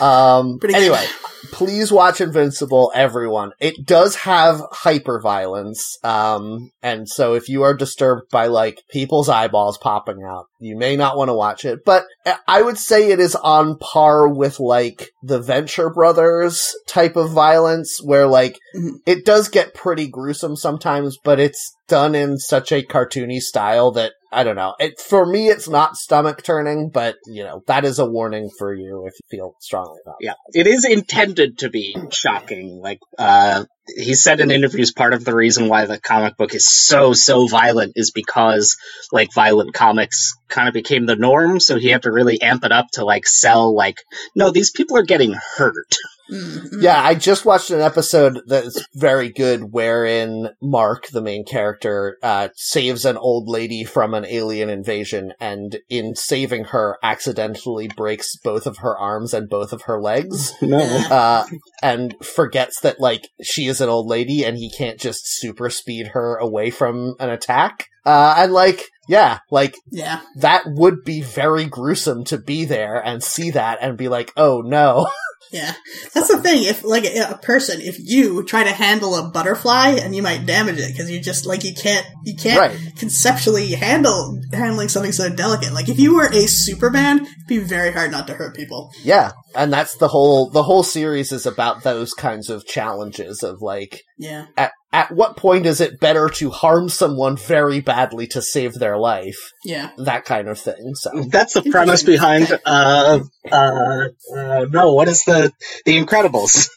S1: Um,
S3: Pretty good.
S1: anyway, please watch Invincible, everyone. It does have hyper violence. Um, and so if you are disturbed by like people's eyeballs popping out, you may not want to watch it, but I- I would say it is on par with like the Venture Brothers type of violence where like
S3: Mhm.
S1: it does get pretty gruesome sometimes, but it's done in such a cartoony style that I don't know. It for me, it's not stomach turning, but you know that is a warning for you if you feel strongly about. it.
S2: Yeah, it is intended to be shocking. Like uh, he said in interviews, part of the reason why the comic book is so so violent is because like violent comics kind of became the norm. So he had to really amp it up to like sell like no, these people are getting hurt.
S3: Mm, mm.
S1: Yeah, I just watched an episode that's very good wherein Mark, the main character, uh, saves an old lady from an alien invasion and in saving her accidentally breaks both of her arms and both of her legs.
S3: No.
S1: Uh, and forgets that like she is an old lady and he can't just super speed her away from an attack. Uh, and like, yeah, like
S3: Yeah.
S1: that would be very gruesome to be there and see that and be like, oh no.
S3: Yeah, that's the thing. If like a a person, if you try to handle a butterfly, and you might damage it because you just like you can't you can't
S1: Right.
S3: conceptually handle handling something so delicate. Like if you were a Superman, it'd be very hard not to hurt people.
S1: Yeah. And that's the whole, the whole series is about those kinds of challenges of like,
S3: Yeah,
S1: at, at what point is it better to harm someone very badly to save their life?
S3: Yeah.
S1: That kind of thing. So
S2: That's the premise behind uh, uh, uh, no, what is the the Incredibles?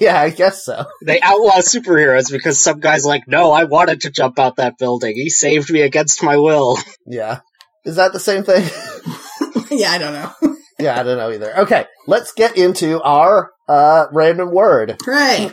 S1: yeah, I guess so.
S2: They outlaw superheroes because some guy's like, no, I wanted to jump out that building. He saved me against my will.
S1: Yeah. Is that the same thing?
S3: yeah, I don't know.
S1: yeah, I don't know either. Okay, let's get into our uh random word.
S3: Right.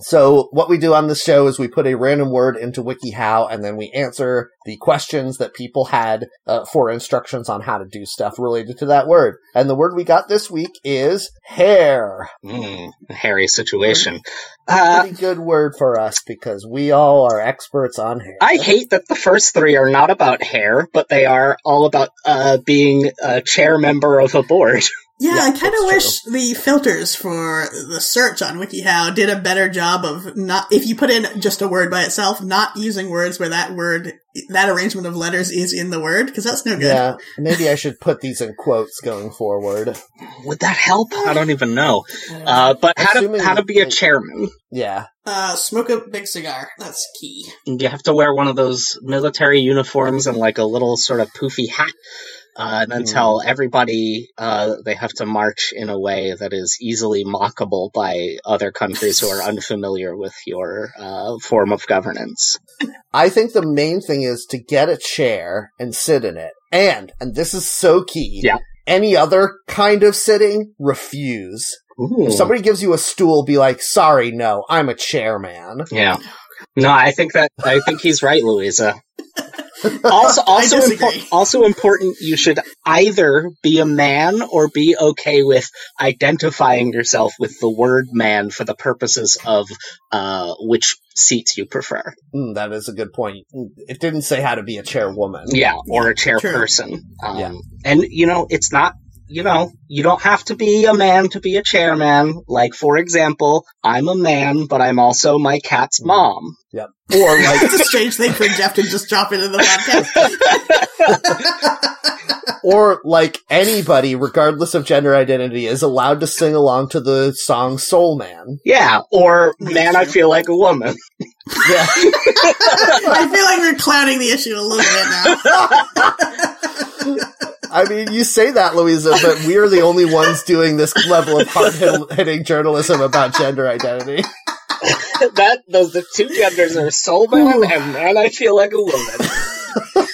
S1: So what we do on this show is we put a random word into WikiHow and then we answer the questions that people had uh, for instructions on how to do stuff related to that word. And the word we got this week is hair.
S2: Mm, hairy situation. Uh,
S1: Pretty good word for us because we all are experts on hair.
S2: I hate that the first three are not about hair, but they are all about uh, being a chair member of a board.
S3: Yeah,
S1: Yeah,
S3: I kind
S1: that's
S3: of wish the filters for the search on WikiHow did a better job of not, if you put in just a word by itself, not using words where that word, that arrangement of letters is in the word, because that's no good.
S1: yeah, maybe I should put these in quotes going forward.
S2: Would that help? I don't even know. Uh, but how to
S1: Assuming-
S2: how to be a chairman?
S1: Yeah,
S3: Uh, smoke a big cigar. That's key.
S2: You have to wear one of those military uniforms and like a little sort of poofy hat. Uh, and then
S1: Hmm.
S2: tell everybody uh, they have to march in a way that is easily mockable by other countries who are unfamiliar with your uh, form of governance.
S1: I think the main thing is to get a chair and sit in it. And, and this is so key.
S2: Yeah.
S1: Any other kind of sitting, refuse.
S2: Ooh.
S1: If somebody gives you a stool, be like, sorry, no, I'm a chairman.
S2: Yeah. No, I think that I think he's right, Louisa. Also, also,
S3: disagree.
S2: impor- also important. You should either be a man or be okay with identifying yourself with the word "man" for the purposes of uh, which seats you prefer.
S1: Mm, that is a good point. Mm, It didn't say how to be a chairwoman.
S2: Yeah, or a chair
S3: True.
S2: person. Um,
S1: Yeah.
S2: And you know, it's not. You know, you don't have to be a man to be a chairman. Like, for example, I'm a man, but I'm also my cat's mom.
S1: Or like,
S3: It's a strange thing for Jeff to just drop into the podcast.
S1: or like anybody, regardless of gender identity, is allowed to sing along to the song Soul Man.
S2: Yeah, or
S3: Me
S2: man, I
S3: too.
S2: feel like a woman.
S1: Yeah.
S3: I feel like we're clouding the issue a little bit now.
S1: I mean, you say that, Louisa, but we're the only ones doing this level of hard hitting journalism about gender identity.
S2: that those the two genders are soul man and man, I feel like a woman.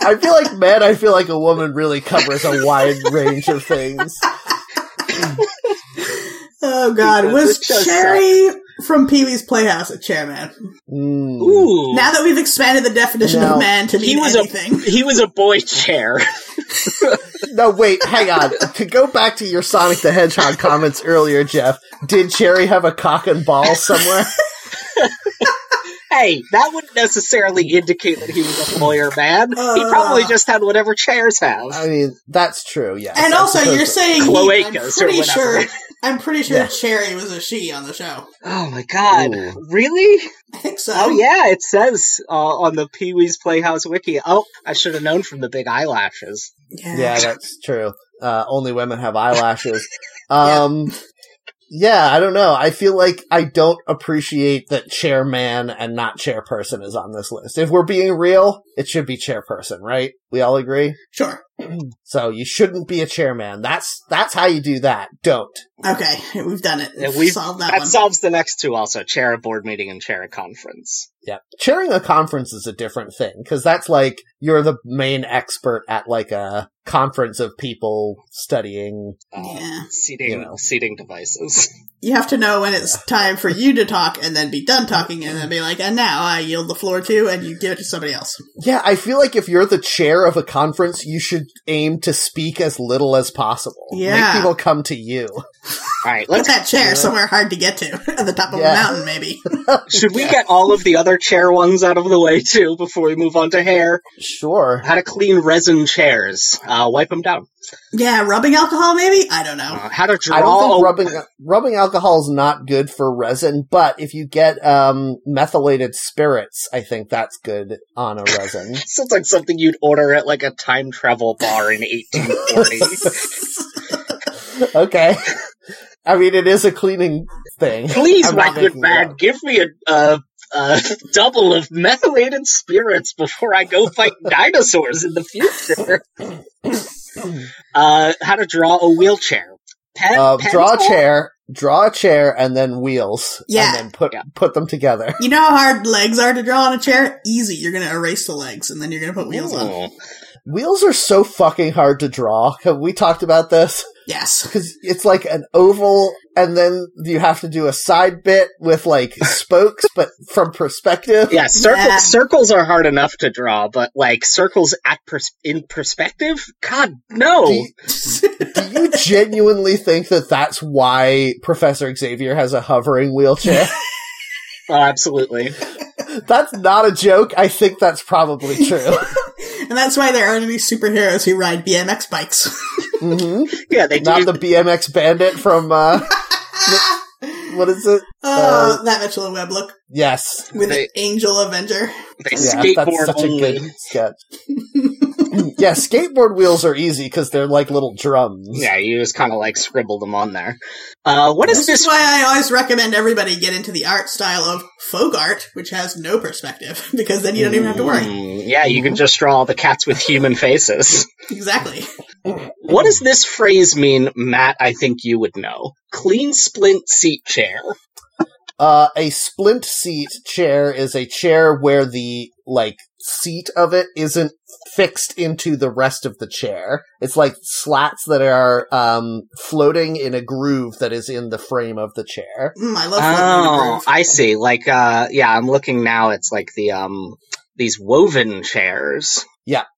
S1: I feel like man, I feel like a woman really covers a wide range of things.
S3: Oh God,
S2: Because
S3: was
S2: it does
S3: Cherry from Pee Wee's Playhouse a chairman?
S1: Mm.
S2: Ooh,
S3: Now that we've expanded the definition
S1: No.
S3: of man to
S2: he
S3: mean
S2: was
S3: anything,
S2: a he was a boy chair.
S1: No, wait, hang on. to go back to your Sonic the Hedgehog comments earlier, Jeff, did Cherry have a cock and ball somewhere?
S2: hey, that wouldn't necessarily indicate that he was a lawyer man. he
S3: Uh.
S2: probably just had whatever chairs have.
S1: I mean, that's true, yes.
S3: and
S1: I
S3: also
S1: suppose
S3: you're
S1: so.
S3: saying he- I'm
S2: Cloacas or
S3: pretty
S2: whatever.
S3: sure. I'm pretty sure
S1: Yeah.
S3: Cherry was a she on the show.
S2: Oh my god,
S1: Ooh.
S2: really?
S3: I think so.
S2: Oh yeah, it says uh, on the Pee Wee's Playhouse wiki. Oh, I should have known from the big eyelashes.
S3: yeah.
S1: Yeah, that's true. Uh, only women have eyelashes. Um, yeah. I don't know. I feel like I don't appreciate that chairman and not chairperson is on this list. If we're being real, it should be chairperson, right? We all agree.
S3: Sure.
S1: So you shouldn't be a chairman. That's that's how you do that. Don't.
S3: Okay, we've done it.
S2: Yeah,
S3: We've
S2: we've-
S3: solved that
S2: That
S3: one.
S2: solves the next two also: chair a board meeting and chair a conference.
S1: Yeah. Chairing a conference is a different thing because that's like you're the main expert at like a conference of people studying.
S2: Uh,
S3: Yeah.
S2: seating
S1: You know.
S2: seating devices.
S3: you have to know when it's time for you to talk, and then be done talking, and then be like, "And now I yield the floor to," and you give it to somebody else.
S1: Yeah, I feel like if you're the chair of a conference, you should aim to speak as little as possible.
S3: Yeah.
S1: Make people come to you.
S2: All right,
S3: Put
S2: let's.
S3: that chair
S1: Yeah.
S3: somewhere hard to get to, at the top of
S1: Yeah.
S3: a mountain, maybe.
S2: Should we get all of the other chair ones out of the way too before we move on to hair?
S1: Sure.
S2: How to clean resin chairs? Uh, wipe them down.
S3: yeah, rubbing alcohol, maybe. I don't know.
S2: Uh, how to draw?
S1: I don't
S2: a-
S1: think rubbing rubbing alcohol is not good for resin, but if you get um methylated spirits, I think that's good on a resin.
S2: Sounds like something you'd order at like a time travel bar in 1840.
S1: okay. I mean, it is a cleaning thing.
S2: Please,
S1: I'm
S2: my
S1: not
S2: good
S1: making it
S2: man,
S1: up.
S2: give me a, a, a double of methylated spirits before I go fight dinosaurs in the future. uh, how to draw a wheelchair. Pen,
S1: Uh,
S2: pencil?
S1: draw a chair, draw a chair, and then wheels.
S3: Yeah.
S1: And then put
S2: Yeah.
S1: put them together.
S3: You know how hard legs are to draw on a chair? Easy. You're gonna erase the legs and then you're gonna put wheels on.
S2: Ooh.
S1: Wheels are so fucking hard to draw. Have we talked about this?
S3: Yes.
S1: Because it's like an oval, and then you have to do a side bit with like spokes, but from perspective.
S2: Yeah, circles
S3: Yeah.
S2: circles are hard enough to draw, but like circles at pers- in perspective, God no.
S1: Do you- Do you genuinely think that that's why Professor Xavier has a hovering wheelchair?
S2: Oh, absolutely.
S1: that's not a joke. I think that's probably true.
S3: and that's why there aren't any superheroes who ride BMX bikes.
S1: hmm
S2: Yeah, they do.
S1: Not the BMX bandit from uh, what is it?
S3: oh, that Mitchell and Webb look
S1: Yes,
S3: with
S2: Uh, They-
S3: an angel Avenger.
S2: they
S1: yeah, that's
S2: skateboard
S1: such
S2: only.
S1: a good sketch. Mm, yeah, skateboard wheels are easy because they're like little drums.
S2: Yeah, you just kind of like scribble them on there. Uh, what is
S3: This
S2: this?
S3: is why I always recommend everybody get into the art style of folk art, which has no perspective, because then you don't even have to worry.
S2: Mm, yeah, you
S1: Mm-hmm.
S2: can just draw all the cats with human faces.
S3: Exactly.
S2: What does this phrase mean, Matt? I think you would know. Clean splint seat chair.
S1: Uh, a splint seat chair is a chair where the like seat of it isn't fixed into the rest of the chair. It's like slats that are um floating in a groove that is in the frame of the chair.
S3: Mm, I love
S2: Oh,
S3: floating
S2: I see. Like, uh, yeah, I'm looking now. It's like the um, these woven chairs.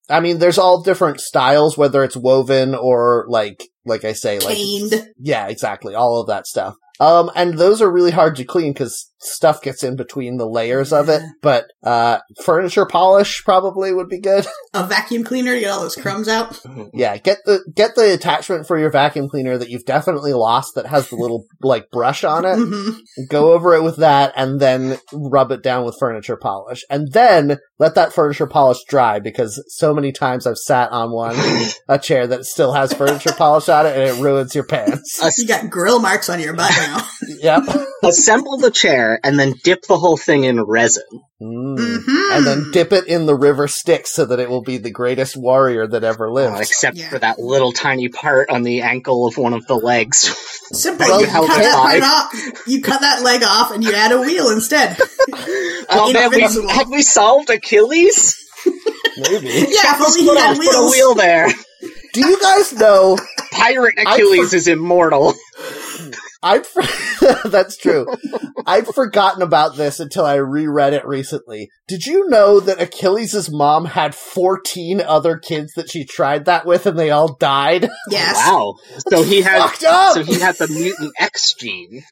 S1: I mean, there's all different styles, whether it's woven or like, like I say, like
S3: in a groove. Caned.
S1: yeah, exactly, all of that stuff. Um, and those are really hard to clean because stuff gets in between the layers of it. But uh, furniture polish probably would be good.
S3: A vacuum cleaner to get all those crumbs out.
S1: Yeah, get the get the attachment for your vacuum cleaner that you've definitely lost that has the little like brush on
S2: Uh,
S1: it.
S3: hmm
S1: Go over it with that and then rub it down with furniture polish. And then let that furniture polish dry because so many times I've sat on one a chair that still has furniture polish on it and it ruins your pants.
S2: Uh,
S3: You got grill marks on your butt now.
S1: yep.
S2: Assemble the chair and then dip the whole thing in resin. Hmm.
S1: Mm.
S3: Mhm.
S1: And then dip it in the river Styx so that it will be the greatest warrior that ever
S2: Uh,
S1: lived.
S2: except
S3: Yeah.
S2: for that little tiny part on the ankle of one of the legs.
S3: Simple.
S2: Well,
S3: you
S2: how
S3: cut that
S2: high?
S3: part off. You cut that leg off, and you add a wheel instead.
S1: Uh,
S2: oh man, we,
S3: Invincible.
S2: have we solved Achilles?
S1: Maybe.
S3: Yeah, if only
S2: Put
S3: he
S2: a-
S3: had
S2: put a
S3: wheels.
S2: wheel there.
S1: Do you guys know
S2: Pirate
S1: I
S2: Achilles is immortal.
S1: I for- that's true. I'd forgotten about this until I reread it recently. Did you know that Achilles' mom had 14 other kids that she tried that with and they all died?
S3: Yes.
S2: Wow. So he had
S1: Fucked up.
S2: so he had the mutant X gene.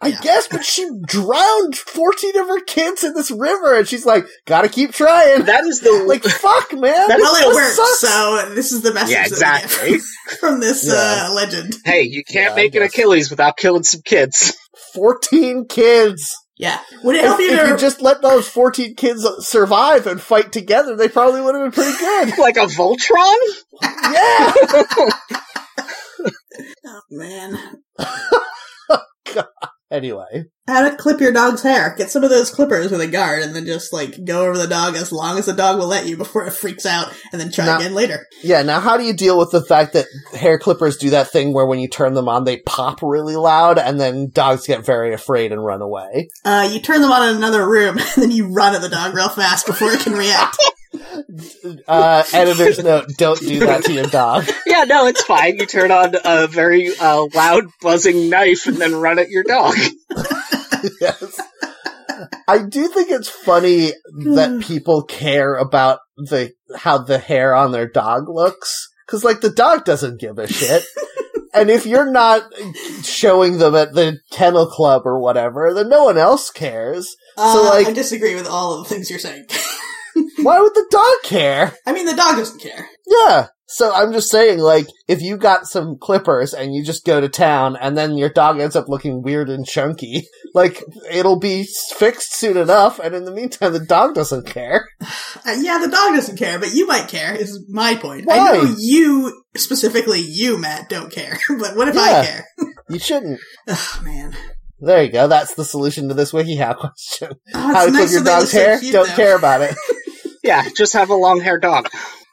S1: I guess, but she drowned 14 of her kids in this river and she's like, "Got to keep trying."
S2: That is the
S1: Like, fuck, man.
S2: That-
S3: Well, it
S1: This
S3: worked.
S1: sucks.
S3: So this is the message
S2: Yeah,
S3: that we
S2: exactly.
S3: get from this
S1: Yeah.
S3: uh, legend.
S2: Hey, you
S1: Yeah,
S2: can't
S1: I
S2: make an
S1: guess.
S2: Achilles without killing some kids.
S1: 14 kids.
S3: Yeah. Would it
S1: If,
S3: help you
S1: if
S3: to
S1: you just let those 14 kids survive and fight together, they probably would have been pretty good.
S2: Like a Voltron?
S1: Yeah.
S3: Oh, man.
S1: Anyway.
S3: How to clip your dog's hair. Get some of those clippers with a guard and then just like go over the dog as long as the dog will let you before it freaks out and then try
S1: No.
S3: again later.
S1: Yeah, now how do you deal with the fact that hair clippers do that thing where when you turn them on, they pop really loud and then dogs get very afraid and run away?
S3: Uh, you turn them on in another room and then you run at the dog real fast before it can react.
S1: Uh, editor's note, don't do that to your dog.
S2: Yeah, no, it's fine. You turn on a very uh, loud buzzing knife and then run at your dog.
S1: yes. I do think it's funny that people care about the how the hair on their dog looks cuz like the dog doesn't give a shit. and if you're not showing them at the kennel club or whatever, then no one else cares.
S3: Uh,
S1: like-
S3: I disagree with all of the things you're saying.
S1: Why would the dog care?
S3: I mean, the dog doesn't care.
S1: Yeah. So I'm just saying, like, if you got some clippers and you just go to town and then your dog ends up looking weird and chunky, like, it'll be s- fixed soon enough. And in the meantime, the dog doesn't care.
S3: Uh, yeah, the dog doesn't care, but you might care, is my point.
S1: Why?
S3: I know you, specifically you, Matt, don't care, but what if
S1: Yeah.
S3: I care?
S1: You shouldn't.
S3: Oh man.
S1: There you go. That's the solution to this WikiHow question.
S3: Oh, it's
S1: How to clip
S3: nice
S1: your
S3: that they look
S1: dog's
S3: so
S1: hair?
S3: cute,
S1: Don't
S3: though.
S1: care about it.
S2: Yeah, just have a long haired dog.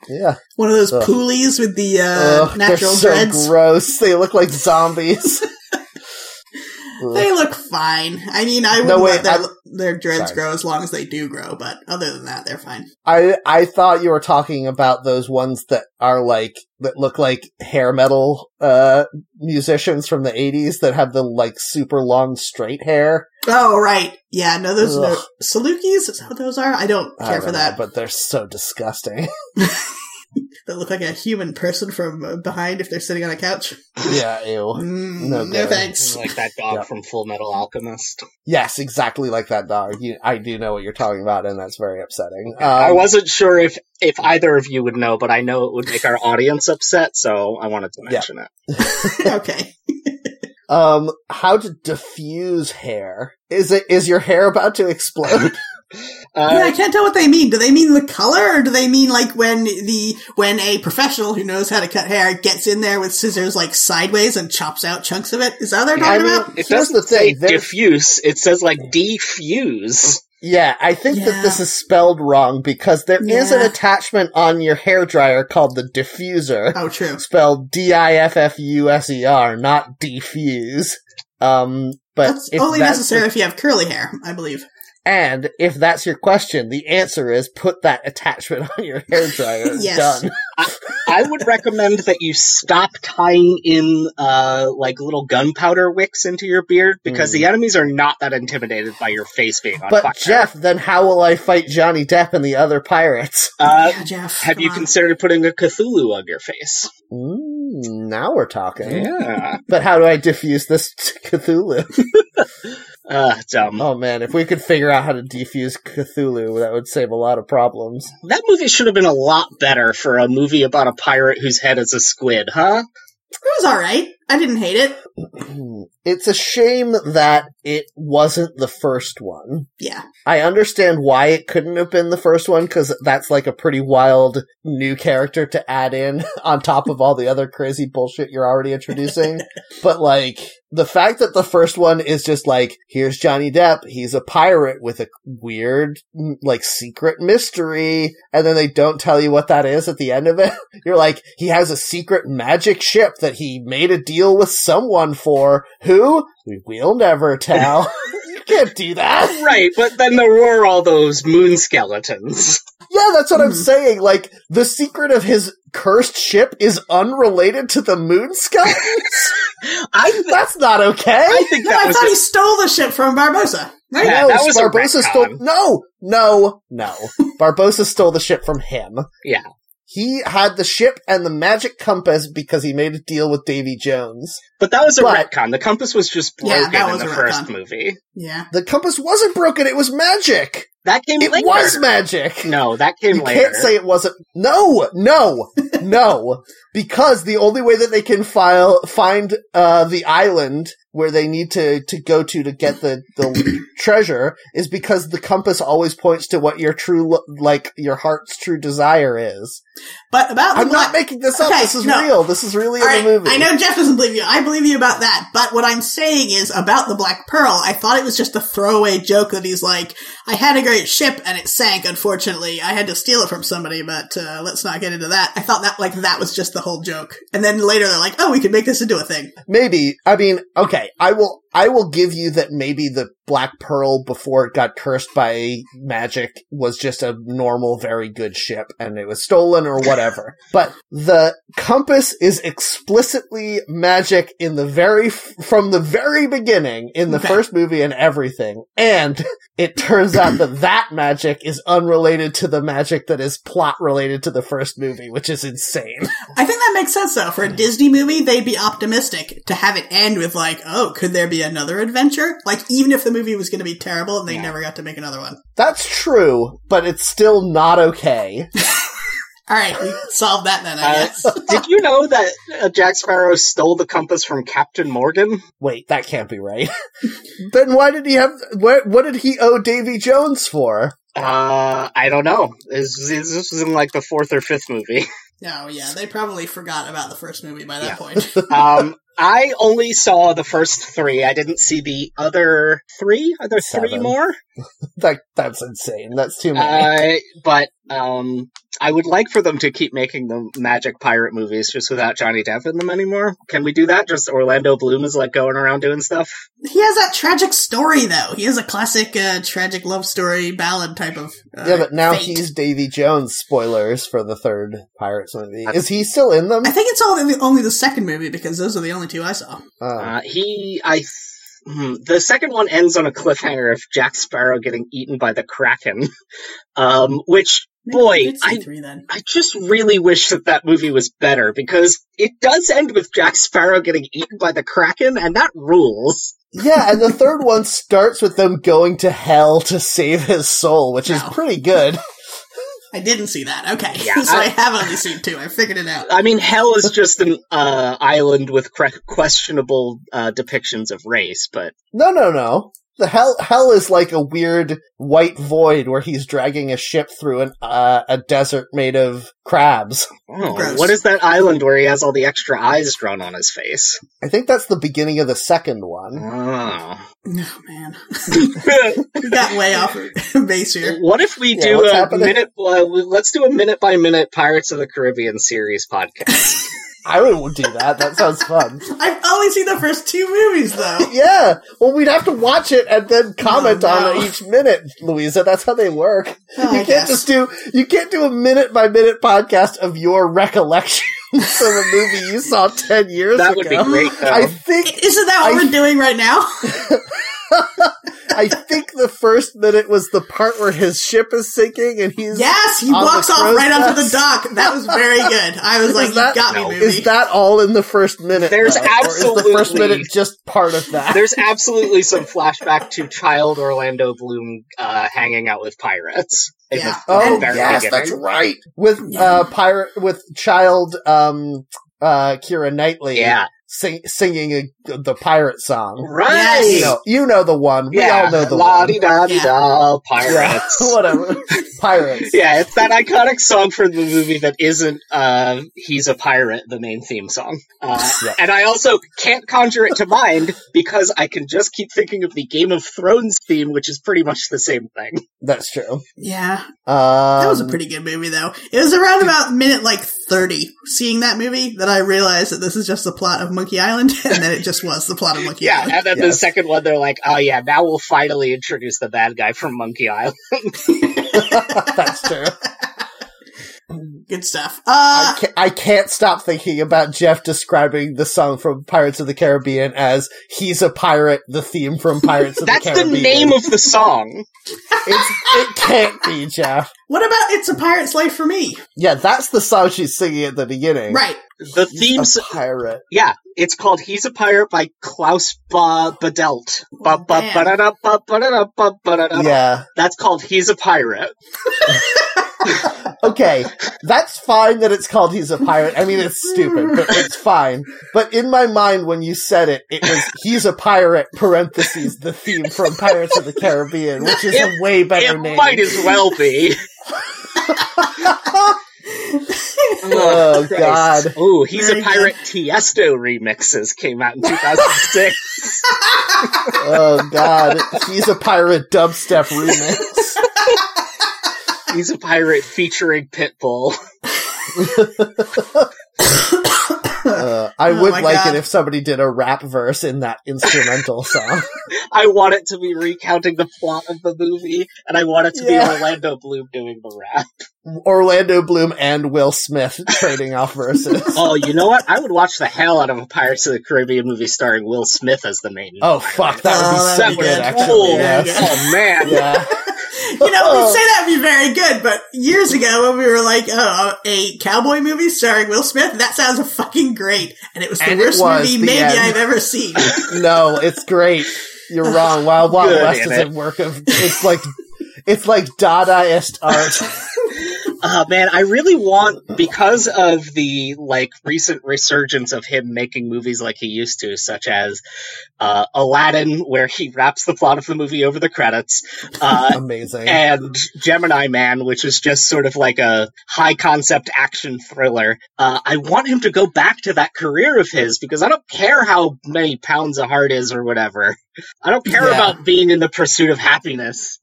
S1: Yeah.
S3: One of those
S1: Ugh.
S3: poolies with the uh,
S1: Ugh, they're
S3: natural
S1: so
S3: dreads.
S1: gross. They look like zombies. Ugh.
S3: They look fine. I mean, I
S1: No,
S3: wouldn't
S1: wait,
S3: let their,
S1: I-
S3: their dreads
S1: Sorry.
S3: grow as long as they do grow, but other than that, they're fine.
S1: I I thought you were talking about those ones that are like that look like hair metal uh musicians from the 80s that have the like super long straight hair.
S3: Oh, right. Yeah, no, those are
S1: Ugh.
S3: Salukis? Is that what those are? I don't
S1: I
S3: care
S1: don't
S3: for
S1: know,
S3: that.
S1: but they're so disgusting.
S3: They look like a human person from uh, behind if they're sitting on a couch.
S1: yeah, ew.
S3: Mm,
S1: No
S3: no,
S1: good.
S3: thanks.
S2: Like that dog
S1: Yeah.
S2: from Full Metal Alchemist.
S1: Yes, exactly like that dog. You, I do know what you're talking about, and that's very upsetting. Um,
S2: I wasn't sure if, if either of you would know, but I know it would make our audience upset, so I wanted to
S1: Yeah.
S2: mention it.
S3: okay.
S1: um, how to diffuse hair? Is it is your hair about to explode?
S3: yeah,
S2: Uh,
S3: I can't tell what they mean. Do they mean the color, or do they mean like when the when a professional who knows how to cut hair gets in there with scissors like sideways and chops out chunks of it? Is that what they're
S1: I
S3: talking
S1: mean,
S3: about?
S1: here's
S2: It doesn't
S1: the
S2: say
S1: thing. There's,
S2: diffuse, it says like defuse.
S1: Yeah, I think that
S3: Yeah.
S1: this is spelled wrong because there is an
S3: Yeah.
S1: attachment on your hair dryer called the diffuser,
S3: Oh, true.
S1: spelled D I F F U S E R, not defuse. Um, but
S3: That's
S1: if
S3: only
S1: that's
S3: necessary if you have curly hair, I believe.
S1: and if that's your question, the answer is put that attachment on your hair dryer.
S3: Yes.
S1: Done.
S2: I would recommend that you stop tying in uh, like little gunpowder wicks into your beard because
S1: Mm.
S2: the enemies are not that intimidated by your face being on
S1: But
S2: fire.
S1: Jeff, then how will I fight Johnny Depp and the other pirates?
S2: uh,
S3: yeah, Jeff.
S2: have
S3: come
S2: you
S3: on.
S2: considered putting a Cthulhu on your face?
S1: Mm, now we're talking.
S2: Yeah.
S1: But how do I diffuse this Cthulhu?
S2: Uh, dumb.
S1: Oh man, if we could figure out how to defuse Cthulhu, that would save a lot of problems.
S2: That movie should have been a lot better for a movie about a pirate whose head is a squid, huh?
S3: It was all right. I didn't hate it.
S1: it's a shame that it wasn't the first one.
S3: Yeah.
S1: I understand why it couldn't have been the first one because that's like a pretty wild new character to add in on top of all the other crazy bullshit you're already introducing. but like the fact that the first one is just like, here's Johnny Depp. He's a pirate with a weird, m- like secret mystery. And then they don't tell you what that is at the end of it. You're like, he has a secret magic ship that he made a deal with someone for. Who? We will never tell. you can't do that.
S2: Right, but then there were all those moon skeletons.
S1: Yeah, that's what
S2: Hmm.
S1: I'm
S3: Mhm.
S1: saying. Like, the secret of his cursed ship is unrelated to the moon skeletons?
S2: I, th-
S1: that's not okay.
S2: I think
S3: No,
S2: that
S3: I
S2: was
S3: thought he stole the ship from Barbosa. Right?
S2: Yeah, that was a retcon.
S1: No, no, no. Barbosa stole the ship from him.
S2: Yeah.
S1: He had the ship and the magic compass because he made a deal with Davy Jones.
S2: But that was a
S1: But-
S2: retcon. The compass was just
S3: Yeah,
S2: broken
S3: that
S2: in
S3: was
S2: the
S3: a
S2: first
S3: retcon.
S2: movie.
S3: Yeah.
S1: The compass wasn't broken; it was magic.
S2: That came
S1: It
S2: later.
S1: was magic.
S2: no, that came
S1: You
S2: later.
S1: can't say it wasn't. No, no, no, because the only way that they can file find uh, the island where they need to to go to to get the the treasure is because the compass always points to what your true lo- like your heart's true desire is.
S3: But about the
S1: I'm not
S3: black-
S1: making this up.
S3: Okay,
S1: this is
S3: no.
S1: real. This is really
S3: All
S1: in
S3: right,
S1: the movie.
S3: I know Jeff doesn't believe you. I believe you about that. But what I'm saying is about the Black Pearl. I thought it was just a throwaway joke that he's like, I had a great ship and it sank. Unfortunately, I had to steal it from somebody. But uh, let's not get into that. I thought that like that was just the whole joke. And then later they're like, oh, we could make this into a thing.
S1: Maybe. I mean, okay, I will I will give you that maybe the Black Pearl before it got cursed by magic was just a normal very good ship and it was stolen or whatever. but the compass is explicitly magic in the very f- from the very beginning in the
S3: Okay.
S1: first movie and everything. And it turns out that that magic is unrelated to the magic that is plot related to the first movie, which is insane.
S3: I think that makes sense though. For a Disney movie, they'd be optimistic to have it end with like, oh, could there be another adventure? Like even if the movie was going to be terrible and they
S2: Yeah.
S3: never got to make another one.
S1: That's true, but it's still not okay.
S3: All right, we solved that then. I
S2: Uh,
S3: guess.
S2: Did you know that uh, Jack Sparrow stole the compass from Captain Morgan?
S1: Wait, that can't be right. then why did he have? What, what did he owe Davy Jones for?
S2: Uh, I don't know. This, this this was in like the fourth or fifth movie.
S3: Oh yeah, they probably forgot about the first movie by that
S2: Yeah.
S3: point.
S2: Um, I only saw the first three. I didn't see the other three. Are there three
S1: Seven.
S2: more?
S1: That that's insane. That's too many.
S2: Uh, but um, I would like for them to keep making the magic pirate movies just without Johnny Depp in them anymore. Can we do that? Just Orlando Bloom is like going around doing stuff.
S3: He has that tragic story, though. He has a classic uh, tragic love story ballad type of. Uh,
S1: yeah, but now
S3: fate.
S1: he's Davy Jones. Spoilers for the third Pirates movie. Is he still in them?
S3: I think it's all in the, only the second movie because those are the only two I saw.
S1: Oh.
S2: Uh, he, I. hmm, The second one ends on a cliffhanger of Jack Sparrow getting eaten by the Kraken, um, which,
S3: Maybe
S2: boy,
S3: I did see
S2: I
S3: three then.
S2: I just really wish that that movie was better because it does end with Jack Sparrow getting eaten by the Kraken, and that rules.
S1: Yeah, and the third one starts with them going to hell to save his soul, which is
S3: No.
S1: pretty good.
S3: I didn't see that. Okay,
S2: Yeah,
S3: so I,
S2: I-
S3: have only seen two. I figured it out.
S2: I mean, hell is just an uh, island with cre- questionable uh, depictions of race, but
S1: No, no, no. The hell, hell is like a weird white void where he's dragging a ship through an uh, a desert made of crabs.
S2: oh,
S3: Gross.
S2: what is that island where he has all the extra eyes drawn on his face?
S1: I think that's the beginning of the second one.
S2: Oh.
S3: No man, we got way off base here.
S2: What if we
S1: Yeah,
S2: do
S1: what's
S2: a
S1: happening?
S2: minute? Uh, let's do a minute by minute Pirates of the Caribbean series podcast.
S1: I would do that. That sounds fun.
S3: I've only seen the first two movies though.
S1: Yeah. Well, we'd have to watch it and then comment
S3: Oh,
S1: on
S3: no.
S1: it each minute, Louisa. That's how they work.
S3: Oh, I
S1: you can't
S3: guess.
S1: just do you can't do a minute by minute podcast of your recollections of a movie you saw ten years
S2: that
S1: ago.
S2: would be great, though.
S1: I think
S3: Isn't that what
S1: I-
S3: we're doing right now?
S1: I think the first minute was the part where his ship is sinking and he's
S3: Yes, he
S1: On the
S3: walks off
S1: crow's
S3: right onto the
S1: nest.
S3: dock. That was very good. I was
S1: Is
S3: like, you
S1: that-
S3: got
S2: No.
S3: me, movie.
S1: Is that all in the first minute?
S2: There's
S1: though? Or is the first
S2: absolutely-
S1: minute just part of that.
S2: There's absolutely some flashback to child Orlando Bloom uh, hanging out with pirates. in the
S3: Yeah.
S1: oh
S2: very
S1: yes,
S2: beginning.
S1: that's right. With
S3: Yeah.
S1: uh pirate with child um uh Kira Knightley
S2: yeah,
S1: sing- singing a, the pirate song.
S2: right.
S3: Yes.
S1: You know, you know the one. We
S2: yeah,
S1: all know the
S2: la
S1: one.
S2: di da di da
S1: Yeah,
S2: pirates.
S1: whatever. Pirates.
S2: Yeah, it's that iconic song from the movie that isn't uh, "He's a Pirate," the main theme song. Uh,
S1: Yeah.
S2: And I also can't conjure it to mind because I can just keep thinking of the Game of Thrones theme, which is pretty much the same thing.
S1: That's true.
S3: yeah,
S1: Um,
S3: that was a pretty good movie, though. It was around about minute like thirty seeing that movie that I realized that this is just the plot of Monkey Island, and then it just was the plot of Monkey
S2: Yeah,
S3: Island.
S2: and then the
S1: Yes.
S2: second one, they're like, "Oh yeah, now we'll finally introduce the bad guy from Monkey Island."
S1: that's true.
S3: Good stuff.
S1: I
S3: Uh,
S1: can't, I can't stop thinking about Jeff describing the song from Pirates of the Caribbean as "He's a pirate." The theme from Pirates of
S2: That's
S1: the
S2: the
S1: Caribbean.
S2: name of the song.
S1: It's, it can't be Jeff.
S3: what about It's a Pirate's Life for Me?
S1: Yeah, that's the song she's singing at the beginning.
S3: Right.
S2: The
S1: A
S2: themes,
S1: pirate.
S2: yeah, it's called "He's a Pirate" by Klaus ba- Badelt. Ba- ba-
S3: Man.
S2: ba-da-da, ba- ba-da-da, ba- ba-da-da.
S1: Oh, Yeah.
S2: That's called "He's a Pirate."
S1: Okay, that's fine that it's called "He's a Pirate." I mean, it's stupid, but it's fine. But in my mind, when you said it, it was "He's a Pirate." Parentheses the theme from Pirates of the Caribbean, which is a way better
S2: It
S1: name.
S2: might as well be.
S1: Oh, God.
S2: Oh, he's
S3: Very
S2: a pirate. Tiesto remixes came out in 2006.
S1: oh god, he's a pirate dubstep remix.
S2: he's a pirate featuring Pitbull.
S1: Uh, I
S3: Oh
S1: would
S3: my
S1: like
S3: God.
S1: it if somebody did a rap verse in that instrumental song.
S2: I want it to be recounting the plot of the movie, and I want it to
S1: Yeah.
S2: be Orlando Bloom doing the rap.
S1: Orlando Bloom and Will Smith trading off verses.
S2: Oh, you know what? I would watch the hell out of a Pirates of the Caribbean movie starring Will Smith as the main.
S1: Oh fuck, that would be
S3: Oh,
S1: so
S3: that'd be
S1: good,
S3: good.
S1: actually.
S2: cool.
S3: Yeah,
S1: yes.
S2: Oh man,
S1: Yeah.
S3: You know, we say that'd be very good, but years ago when we were like, oh, a cowboy movie starring Will Smith, that sounds fucking great. And it was the
S1: And it
S3: worst
S1: was
S3: movie
S1: the
S3: maybe
S1: end.
S3: I've ever seen.
S1: No, it's great. You're wrong. Wild Wild
S2: Good,
S1: West
S2: isn't
S1: is a work of it's like it's like Dadaist art.
S2: Oh man, I really want because of the like recent resurgence of him making movies like he used to, such as uh, Aladdin, where he wraps the plot of the movie over the credits, uh,
S1: Amazing.
S2: and Gemini Man, which is just sort of like a high concept action thriller. Uh, I want him to go back to that career of his because I don't care how many pounds a heart is or whatever. I don't care
S1: Yeah.
S2: about being in the pursuit of happiness.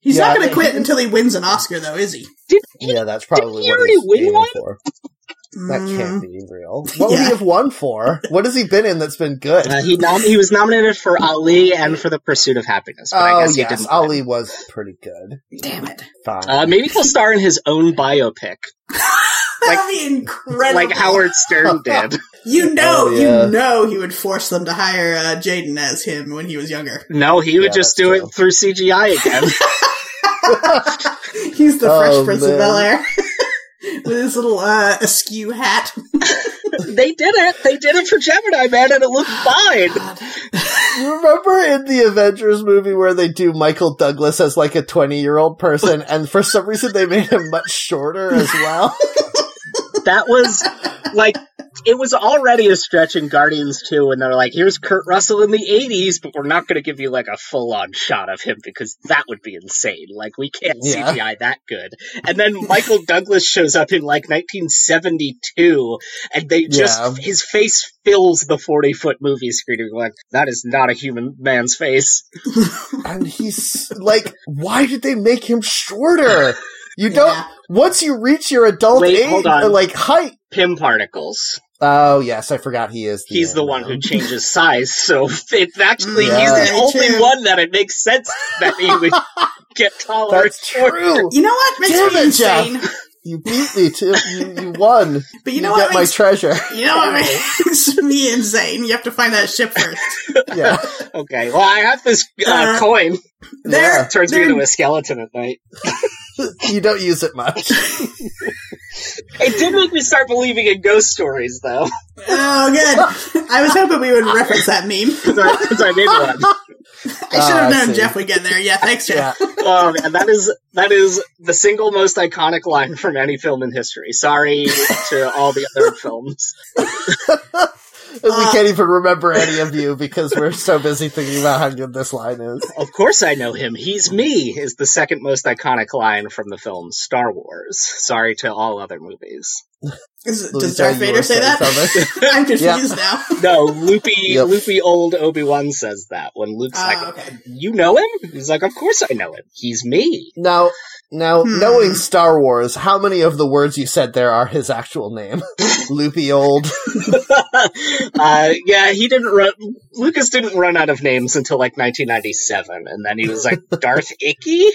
S3: He's
S1: Yeah,
S3: not going
S1: I-
S3: to quit until he wins an Oscar, though, is he?
S2: Did he?
S1: yeah, that's probably
S2: he
S1: what
S2: already
S1: he's
S2: win
S1: aiming
S2: one?
S1: for. That
S3: Mm.
S1: can't be real. What would he
S3: Yeah.
S1: have won for? What has he been in that's been good?
S2: Uh, he nom- he was nominated for Ali and for the Pursuit of Happiness. But I
S1: oh
S2: guess he
S1: yes,
S2: didn't
S1: Ali
S2: win.
S1: was pretty good.
S3: Damn it.
S1: Fine.
S2: Uh, maybe he'll star in his own biopic,
S3: That'd be incredible.
S2: like Howard Stern did.
S3: You know,
S1: Oh, yeah.
S3: you know, he would force them to hire uh, Jaden as him when he was younger.
S2: No, he would
S1: Yeah,
S2: just
S1: that's
S2: do
S1: true.
S2: it through CGI again.
S3: He's the
S1: Oh,
S3: Fresh Prince
S1: man.
S3: of Bel Air with his little uh, askew hat.
S2: they did it. They did it for Gemini Man, and it looked fine.
S3: God.
S1: You remember in the Avengers movie where they do Michael Douglas as like a 20 year old person, and for some reason they made him much shorter as well?
S2: That was like it was already a stretch in Guardians 2 when they're like, here's Kurt Russell in the 80s, but we're not going to give you like a full on shot of him because that would be insane. Like, we can't
S1: Yeah.
S2: CGI that good. And then Michael Douglas shows up in like 1972, and they just,
S1: Yeah.
S2: his face fills the 40 foot movie screen. You're like, that is not a human man's face.
S1: and he's like, why did they make him shorter? You don't,
S3: Yeah.
S1: once you reach your adult
S2: Wait,
S1: age,
S2: hold on.
S1: uh, like height.
S2: Pim particles.
S1: Oh, yes, I forgot he is. The
S2: he's the one who changes size, so it actually
S1: Yeah.
S2: he's the
S3: Very
S2: only
S3: true.
S2: one that it makes sense that he would get taller.
S1: That's true.
S3: You know what makes
S1: Damn
S3: me
S1: it, Jeff.
S3: insane?
S1: You beat me to, you, you won.
S3: But you
S1: You,
S3: know
S1: get
S3: what
S1: my Oh.
S3: makes
S1: treasure.
S3: you know what makes me insane? You have to find that ship first.
S1: yeah.
S2: Okay, well I have this uh,
S3: Uh,
S2: coin.
S3: There,
S2: Turns me
S3: there-
S2: into a skeleton at night.
S1: You don't use it much.
S2: It did make me start believing in ghost stories though,
S3: Oh, good. I was hoping we would reference that meme.
S2: because I, 'cause I made one.
S3: I should
S1: Ah, I
S3: have known
S1: see.
S3: Jeff would get there. Yeah, thanks, Jeff.
S1: Yeah.
S2: Um, and that is that is the single most iconic line from any film in history. Sorry to all the other films.
S1: And we
S3: Uh,
S1: can't even remember any of you because we're so busy thinking about how good this line is.
S2: Of course I know him. He's me is the second most iconic line from the film Star Wars. Sorry to all other movies.
S3: Is,
S1: Louis
S3: does Darth
S1: Daniel
S3: Vader say
S1: said
S3: that?
S1: something.
S3: I'm
S1: Yeah.
S3: confused now.
S2: No, loopy,
S1: Yep.
S2: loopy old Obi Wan says that when Luke's
S3: Ah,
S2: like,
S3: okay.
S2: "You know him?" He's like, "Of course I know him. He's me."
S1: Now, now,
S3: Hmm.
S1: knowing Star Wars, how many of the words you said there are his actual name? Loopy old.
S2: uh, yeah, he didn't run. Lucas didn't run out of names until like 1997, and then he was like Darth Icky.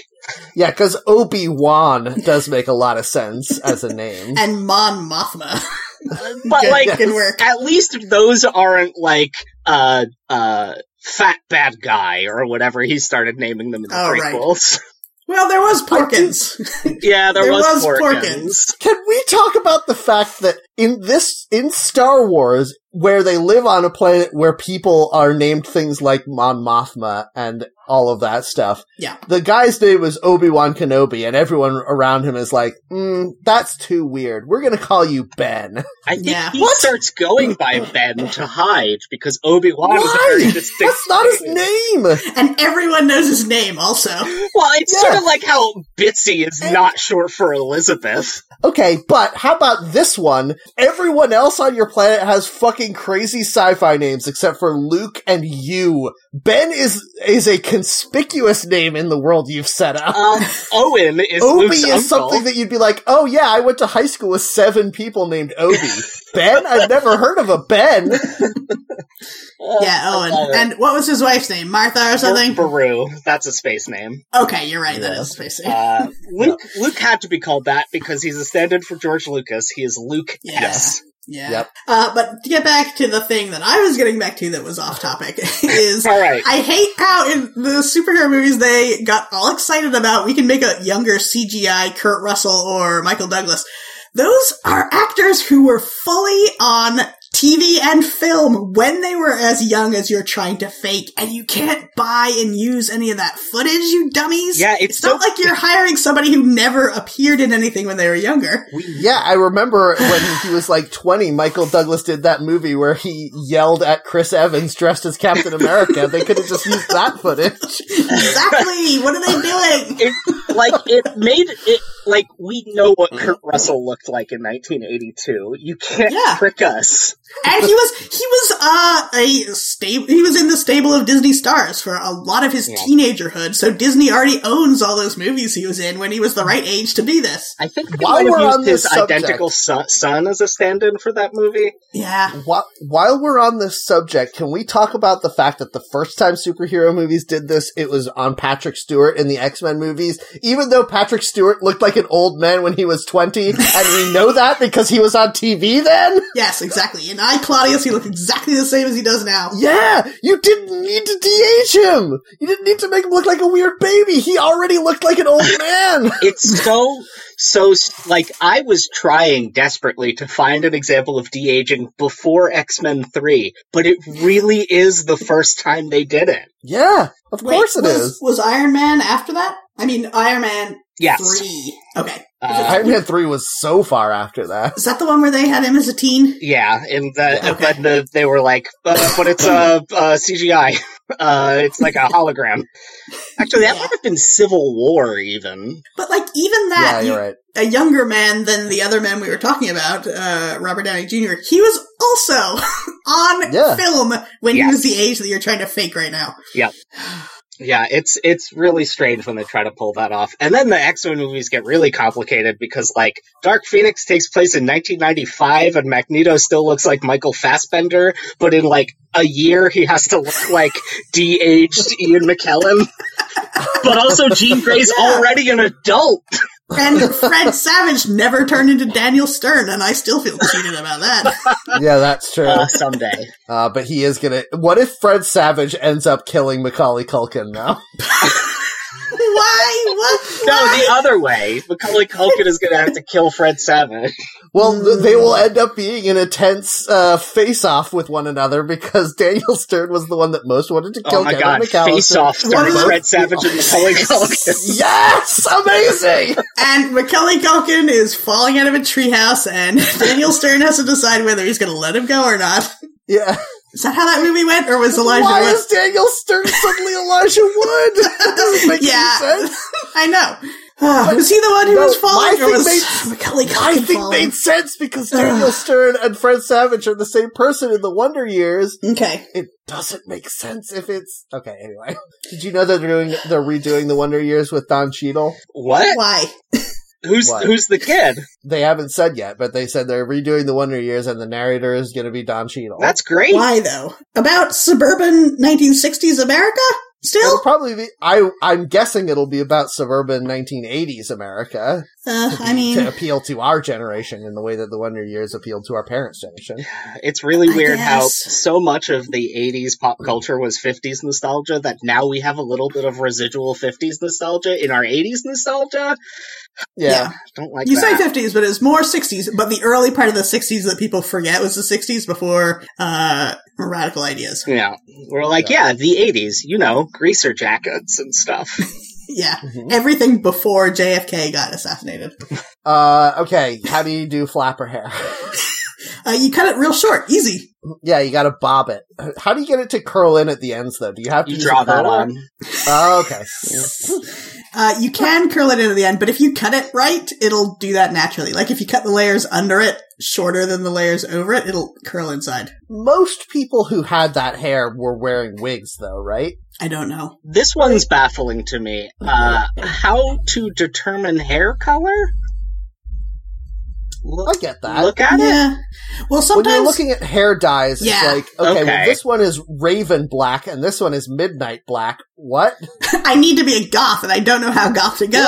S1: Yeah, because Obi Wan does make a lot of sense as a name.
S3: And Mon Mothma.
S2: But
S3: good,
S2: like,
S3: good work.
S2: at least those aren't like uh uh fat bad guy or whatever he started naming them in the
S3: Oh, right.
S2: prequels.
S3: Well, there was Porkins.
S2: yeah, there,
S3: There
S2: was,
S3: was
S2: Porkins.
S1: Can we talk about the fact that in this, in Star Wars, where they live on a planet where people are named things like Mon Mothma and all of that stuff,
S3: Yeah.
S1: the guy's name is Obi-Wan Kenobi and everyone around him is like, mm, that's too weird. We're gonna call you Ben.
S2: I think
S3: Yeah.
S2: he
S1: What?
S2: starts going by Ben to hide because Obi Wan is a
S1: Why?
S2: very distinct.
S1: That's not his
S2: name.
S1: name!
S3: and everyone knows his name also.
S2: Well, it's
S1: Yeah.
S2: sort of like how Bitsy is not short for Elizabeth.
S1: Okay, but how about this one? Everyone else on your planet has fucking crazy sci-fi names except for Luke and you. Ben is is a conspicuous name in the world you've set up.
S2: Um, Owen is
S1: Obi
S2: Luke's
S1: is
S2: uncle.
S1: something that you'd be like, oh yeah, I went to high school with seven people named Obi. ben? I've never heard of a Ben.
S2: Uh,
S3: Yeah,
S2: I love
S3: Owen.
S2: it.
S3: And what was his wife's name? Martha or something?
S2: Bar- Baru, that's a space name.
S3: Okay, you're right. That
S1: Yeah.
S3: is basically.
S2: Uh, Luke Luke had to be called that because he's a stand-in for George Lucas. He is Luke
S3: Yeah.
S2: S.
S3: yeah.
S1: yep.
S3: Uh, but to get back to the thing that I was getting back to that was off topic is
S2: All right,
S3: I hate how in the superhero movies they got all excited about we can make a younger CGI Kurt Russell or Michael Douglas. Those are actors who were fully on TV and film when they were as young as you're trying to fake, and you can't buy and use any of that footage, you dummies.
S2: Yeah, it's
S3: It's not
S2: so-
S3: like you're hiring somebody who never appeared in anything when they were younger.
S1: Yeah, I remember when he was like 20, Michael Douglas did that movie where he yelled at Chris Evans dressed as Captain America. They could have just used that footage.
S3: exactly. What are they doing?
S2: it, like it made it like we know what Kurt Russell looked like in 1982. You can't
S3: Yeah.
S2: trick us.
S3: And he was he was uh a stable he was in the stable of Disney stars for a lot of his
S2: Yeah.
S3: teenagerhood. So Disney already owns all those movies he was in when he was the right age to do this.
S2: I think they
S1: While
S2: might have
S1: we're
S2: used
S1: on
S2: his
S1: this subject-
S2: identical son, son as a stand-in for that movie.
S3: Yeah.
S1: Wh- While we're on this subject, can we talk about the fact that the first time superhero movies did this, it was on Patrick Stewart in the X-Men movies, even though Patrick Stewart looked like an old man when he was 20, and we know that because he was on TV then?
S3: Yes, exactly. And I Claudius he looked exactly the same as he does now.
S1: Yeah, you didn't need to de-age him. You didn't need to make him look like a weird baby. He already looked like an old man.
S2: It's so so like I was trying desperately to find an example of de-aging before X-Men 3, but it really is the first time they did it.
S1: Yeah, of course it
S3: was,
S1: is.
S3: Was Iron Man after that? I mean Iron Man
S2: Yes.
S3: three. Okay.
S2: Uh,
S1: Iron Man 3 was so far after that.
S3: Is that the one where they had him as a teen?
S2: Yeah, and the,
S1: Yeah.
S2: and then the, they were like, uh, but it's a, uh CGI. Uh, it's like a hologram. Actually, that
S3: Yeah.
S2: might have been Civil War, even.
S3: But like even
S1: Yeah,
S3: that you-
S1: you're right.
S3: a younger man than the other man we were talking about, uh, Robert Downey Jr., he was also on
S1: Yeah.
S3: film when
S2: Yes.
S3: he was the age that you're trying to fake right now.
S2: Yeah, it's it's really strange when they try to pull that off. And then the X Men movies get really complicated because, like, Dark Phoenix takes place in 1995, and Magneto still looks like Michael Fassbender, but in like a year he has to look like de-aged Ian McKellen. But also, Jean Grey's
S3: Yeah.
S2: already an adult.
S3: And Fred Savage never turned into Daniel Stern, and I still feel cheated about that.
S1: Yeah, that's true.
S2: Uh, someday.
S1: Uh, but he is gonna. What if Fred Savage ends up killing Macaulay Culkin now?
S3: Why? What?
S2: No,
S3: Why?
S2: the uh, other way. Macaulay Culkin is going to have to kill Fred Savage.
S1: Well, th- they will end up being in a tense uh, face-off with one another because Daniel Stern was the one that most wanted to kill
S2: Oh my
S1: Kevin
S2: god,
S1: McAllister.
S2: face off starring
S3: What?
S2: Fred Savage and Macaulay Culkin.
S1: Yes, amazing.
S3: and Macaulay Culkin is falling out of a treehouse, and Daniel Stern has to decide whether he's going to let him go or not.
S1: Yeah.
S3: Is that how that movie went, or was Elijah?
S1: Why
S3: Wood-
S1: is Daniel Stern suddenly Elijah Wood? That doesn't make
S3: Yeah.
S1: any sense.
S3: I know. Uh, was he the one who
S1: No,
S3: was falling?
S1: my
S3: Or
S1: thing
S3: was
S1: made-
S3: Macaulay Culkin
S1: I think
S3: falling?
S1: made sense because Daniel Stern and Fred Savage are the same person in the Wonder Years.
S3: Okay.
S1: It doesn't make sense if it's okay. Anyway, did you know they're doing they're redoing the Wonder Years with Don Cheadle?
S2: What?
S3: Why?
S2: Who's
S1: What?
S2: who's the kid?
S1: They haven't said yet, but they said they're redoing the Wonder Years, and the narrator is going to be Don Cheadle.
S2: That's great.
S3: Why though? About suburban 1960s America?
S1: It'll
S3: Still?
S1: probably be. I I'm guessing it'll be about suburban 1980s America.
S3: Uh,
S1: to
S3: I
S1: be-
S3: mean,
S1: to appeal to our generation in the way that the Wonder Years appealed to our parents' generation.
S2: It's really
S3: I
S2: weird how
S3: guess.
S2: so much of the 80s pop culture was 50s nostalgia that now we have a little bit of residual 50s nostalgia in our 80s nostalgia.
S1: Yeah.
S3: Yeah.
S2: Don't like
S3: you say
S2: that.
S3: 50s, but it was more 60s. But the early part of the 60s that people forget was the 60s before uh, radical ideas.
S2: yeah. We're like, yeah, the 80s, you know, greaser jackets and stuff.
S3: Yeah.
S1: Mhm.
S3: Everything before JFK got assassinated.
S1: Uh, okay. How do you do flapper hair?
S3: Uh, you cut it real short. Easy.
S1: yeah, you got to bob it. How do you get it to curl in at the ends though? Do you have to
S2: You
S1: use
S2: draw
S1: a
S2: that
S1: curler?
S2: on.
S1: Oh, okay.
S3: Uh, you can curl it into the end, but if you cut it right, it'll do that naturally. Like if you cut the layers under it shorter than the layers over it, it'll curl inside.
S1: Most people who had that hair were wearing wigs though, right?
S3: I don't know.
S2: This one's baffling to me. Uh, how to determine hair color?
S1: I
S2: Look,
S1: get that.
S2: look at it.
S3: yeah. Well,
S1: when
S3: sometimes
S1: you're looking at hair dyes,
S3: Yeah.
S1: it's like, okay,
S2: Okay.
S1: Well, this one is raven black and this one is midnight black. What?
S3: I need to be a goth, and I don't know how goth to go.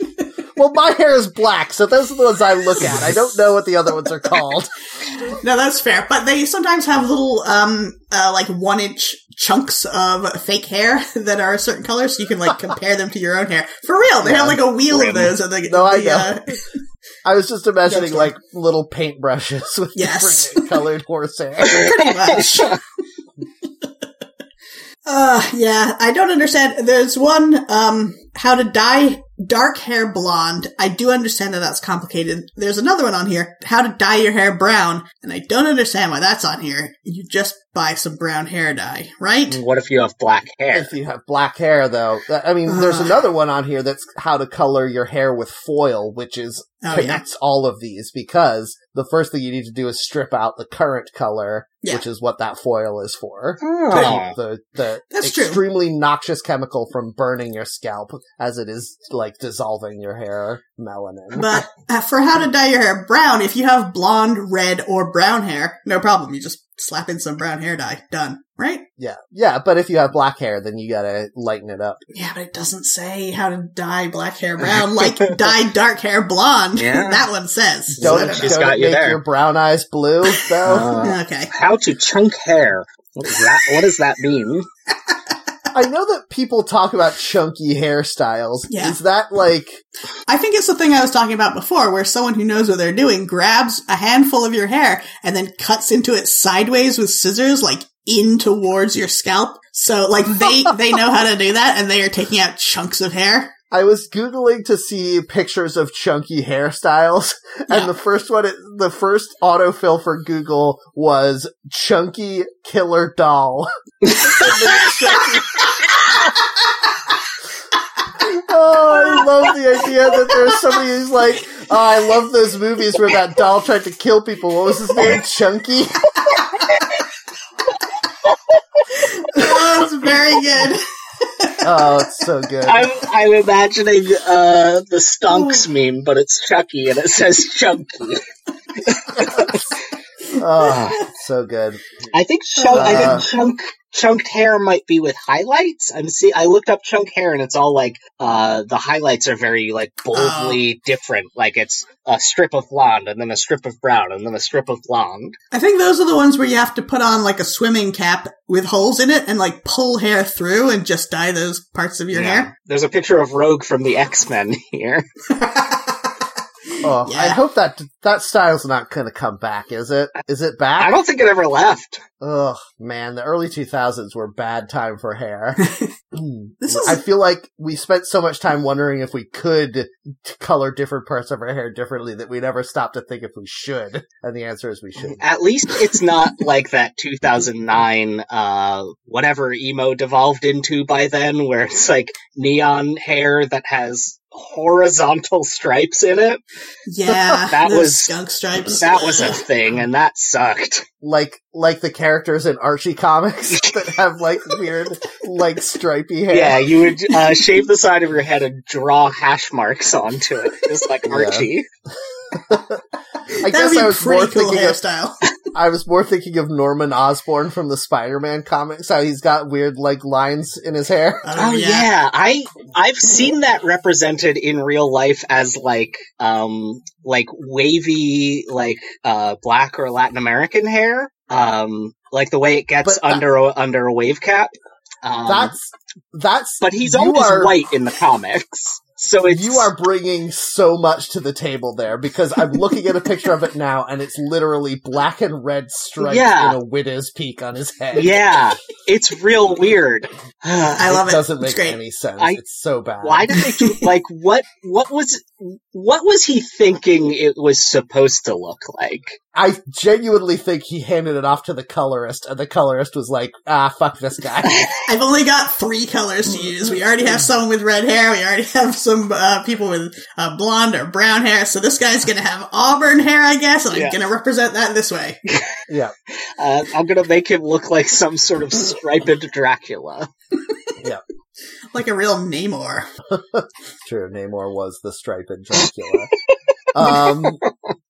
S1: Yeah. well, my hair is black, so those are the ones I look at. I don't know what the other ones are called.
S3: No, that's fair. But they sometimes have little, um, uh, like one inch chunks of fake hair that are a certain color, so you can like compare them to your own hair. For real, they have like a wheel
S2: Grim.
S3: of those. And they,
S1: No, I
S3: the, uh,
S1: I was just imagining
S3: Gotcha.
S1: like little paintbrushes with
S3: Yes.
S1: different colored horsehair.
S3: pretty much. uh, yeah, I don't understand. There's one, um, how to dye dark hair blonde. I do understand that that's complicated. There's another one on here, how to dye your hair brown, and I don't understand why that's on here. You just buy some brown hair dye, right?
S2: What if you have black hair?
S1: if you have black hair, though, Th- I mean, there's
S3: Ugh.
S1: another one on here that's how to color your hair with foil, which is
S3: Oh, yeah.
S1: connects all of these because the first thing you need to do is strip out the current color,
S3: Yeah.
S1: which is what that foil is for.
S2: Oh.
S1: The the
S3: That's true.
S1: extremely noxious chemical from burning your scalp as it is like dissolving your hair melanin.
S3: But uh, for how to dye your hair brown, if you have blonde, red, or brown hair, no problem. You just slap in some brown hair dye. Done. Right?
S1: yeah, yeah. But if you have black hair, then you gotta lighten it up.
S3: Yeah, but it doesn't say how to dye black hair brown, like dye dark hair blonde.
S2: Yeah.
S3: that one says. So I
S1: Don't,
S3: don't
S2: She's
S1: don't
S2: got
S1: it
S2: you
S1: make
S2: there.
S1: your brown eyes blue though.
S2: Uh,
S3: know. okay.
S2: How to chunk hair? What, is that, what does that mean?
S1: I know that people talk about chunky hairstyles.
S3: Yeah.
S1: Is that like
S3: I think it's the thing I was talking about before, where someone who knows what they're doing grabs a handful of your hair and then cuts into it sideways with scissors, like in towards your scalp. So like they, they know how to do that and they are taking out chunks of hair.
S1: I was googling to see pictures of chunky hairstyles, and
S3: Yeah.
S1: the first one, it, the first autofill for Google was chunky killer doll. And then chunky- oh, I love the idea that there's somebody who's like, oh, I love those movies where that doll tried to kill people. What was his name? Chunky.
S3: Oh, it's very good.
S1: Oh, it's so good.
S2: I'm, I'm imagining uh, the Stonks meme, but it's Chucky and it says Chunky.
S1: Oh, it's so good.
S2: I think chunk, I
S1: Uh.
S2: think chunk chunked hair might be with highlights. I'm see. I looked up chunk hair, and it's all like uh, the highlights are very like boldly
S3: Oh.
S2: different. Like it's a strip of blonde, and then a strip of brown, and then a strip of blonde.
S3: I think those are the ones where you have to put on like a swimming cap with holes in it and like pull hair through and just dye those parts of your hair.
S2: There's a picture of Rogue from the X Men here.
S1: Oh, I
S3: Yeah.
S1: hope that that style's not going to come back, is it? Is it back?
S3: Ah.
S2: I don't think it ever left.
S1: Ugh, man, the early 2000s were a bad time for hair.
S3: This is-
S1: I feel like we spent so much time wondering if we could t- color different parts of our hair differently that we never stopped to think if we should. And the answer is we should.
S2: At least it's not like that 2009 uh, whatever emo devolved into by then, where it's like neon hair that has horizontal stripes in it.
S3: yeah,
S2: That
S3: those
S2: was-
S3: skunk stripes.
S2: That was a thing, and that sucked.
S1: Like, like the characters in Archie comics that have like weird, like stripy hair.
S2: Yeah, you would uh, shave the side of your head and draw hash marks onto it, just like
S1: Yeah.
S2: Archie.
S1: I
S3: That would
S1: guess
S3: be
S1: I
S3: a
S1: was more
S3: pretty cool
S1: thinking of,
S3: hairstyle.
S1: I was more thinking of Norman Osborn from the Spider-Man comics, how he's got weird like lines in his hair.
S2: Oh yeah. I I've seen that represented in real life as like um like wavy like uh black or Latin American hair, um like the way it gets
S1: But that-
S2: under a, under a wave cap. Um,
S1: That's, that's,
S2: but he's
S1: you
S2: always
S1: are-
S2: white in the comics, so it's
S1: you are bringing so much to the table there because I'm looking at a picture of it now and it's literally black and red stripes
S2: Yeah.
S1: in a widow's peak on his head.
S2: yeah, it's real weird.
S3: I love it.
S1: doesn't make
S3: it's great.
S1: any sense.
S2: I-
S1: it's so bad.
S2: Why did they do like what what was what was he thinking it was supposed to look like?
S1: I genuinely think he handed it off to the colorist and the colorist was like, ah, fuck this guy.
S3: I've only got three colors to use. We already have someone with red hair. We already have some uh, people with uh, blonde or brown hair. So this guy's gonna have auburn hair, I guess, and
S2: Yeah.
S3: I'm gonna represent that this way.
S1: yeah.
S2: Uh, I'm gonna make him look like some sort of striped Dracula.
S3: Like a real Namor.
S1: True. Namor was the striped Dracula. um,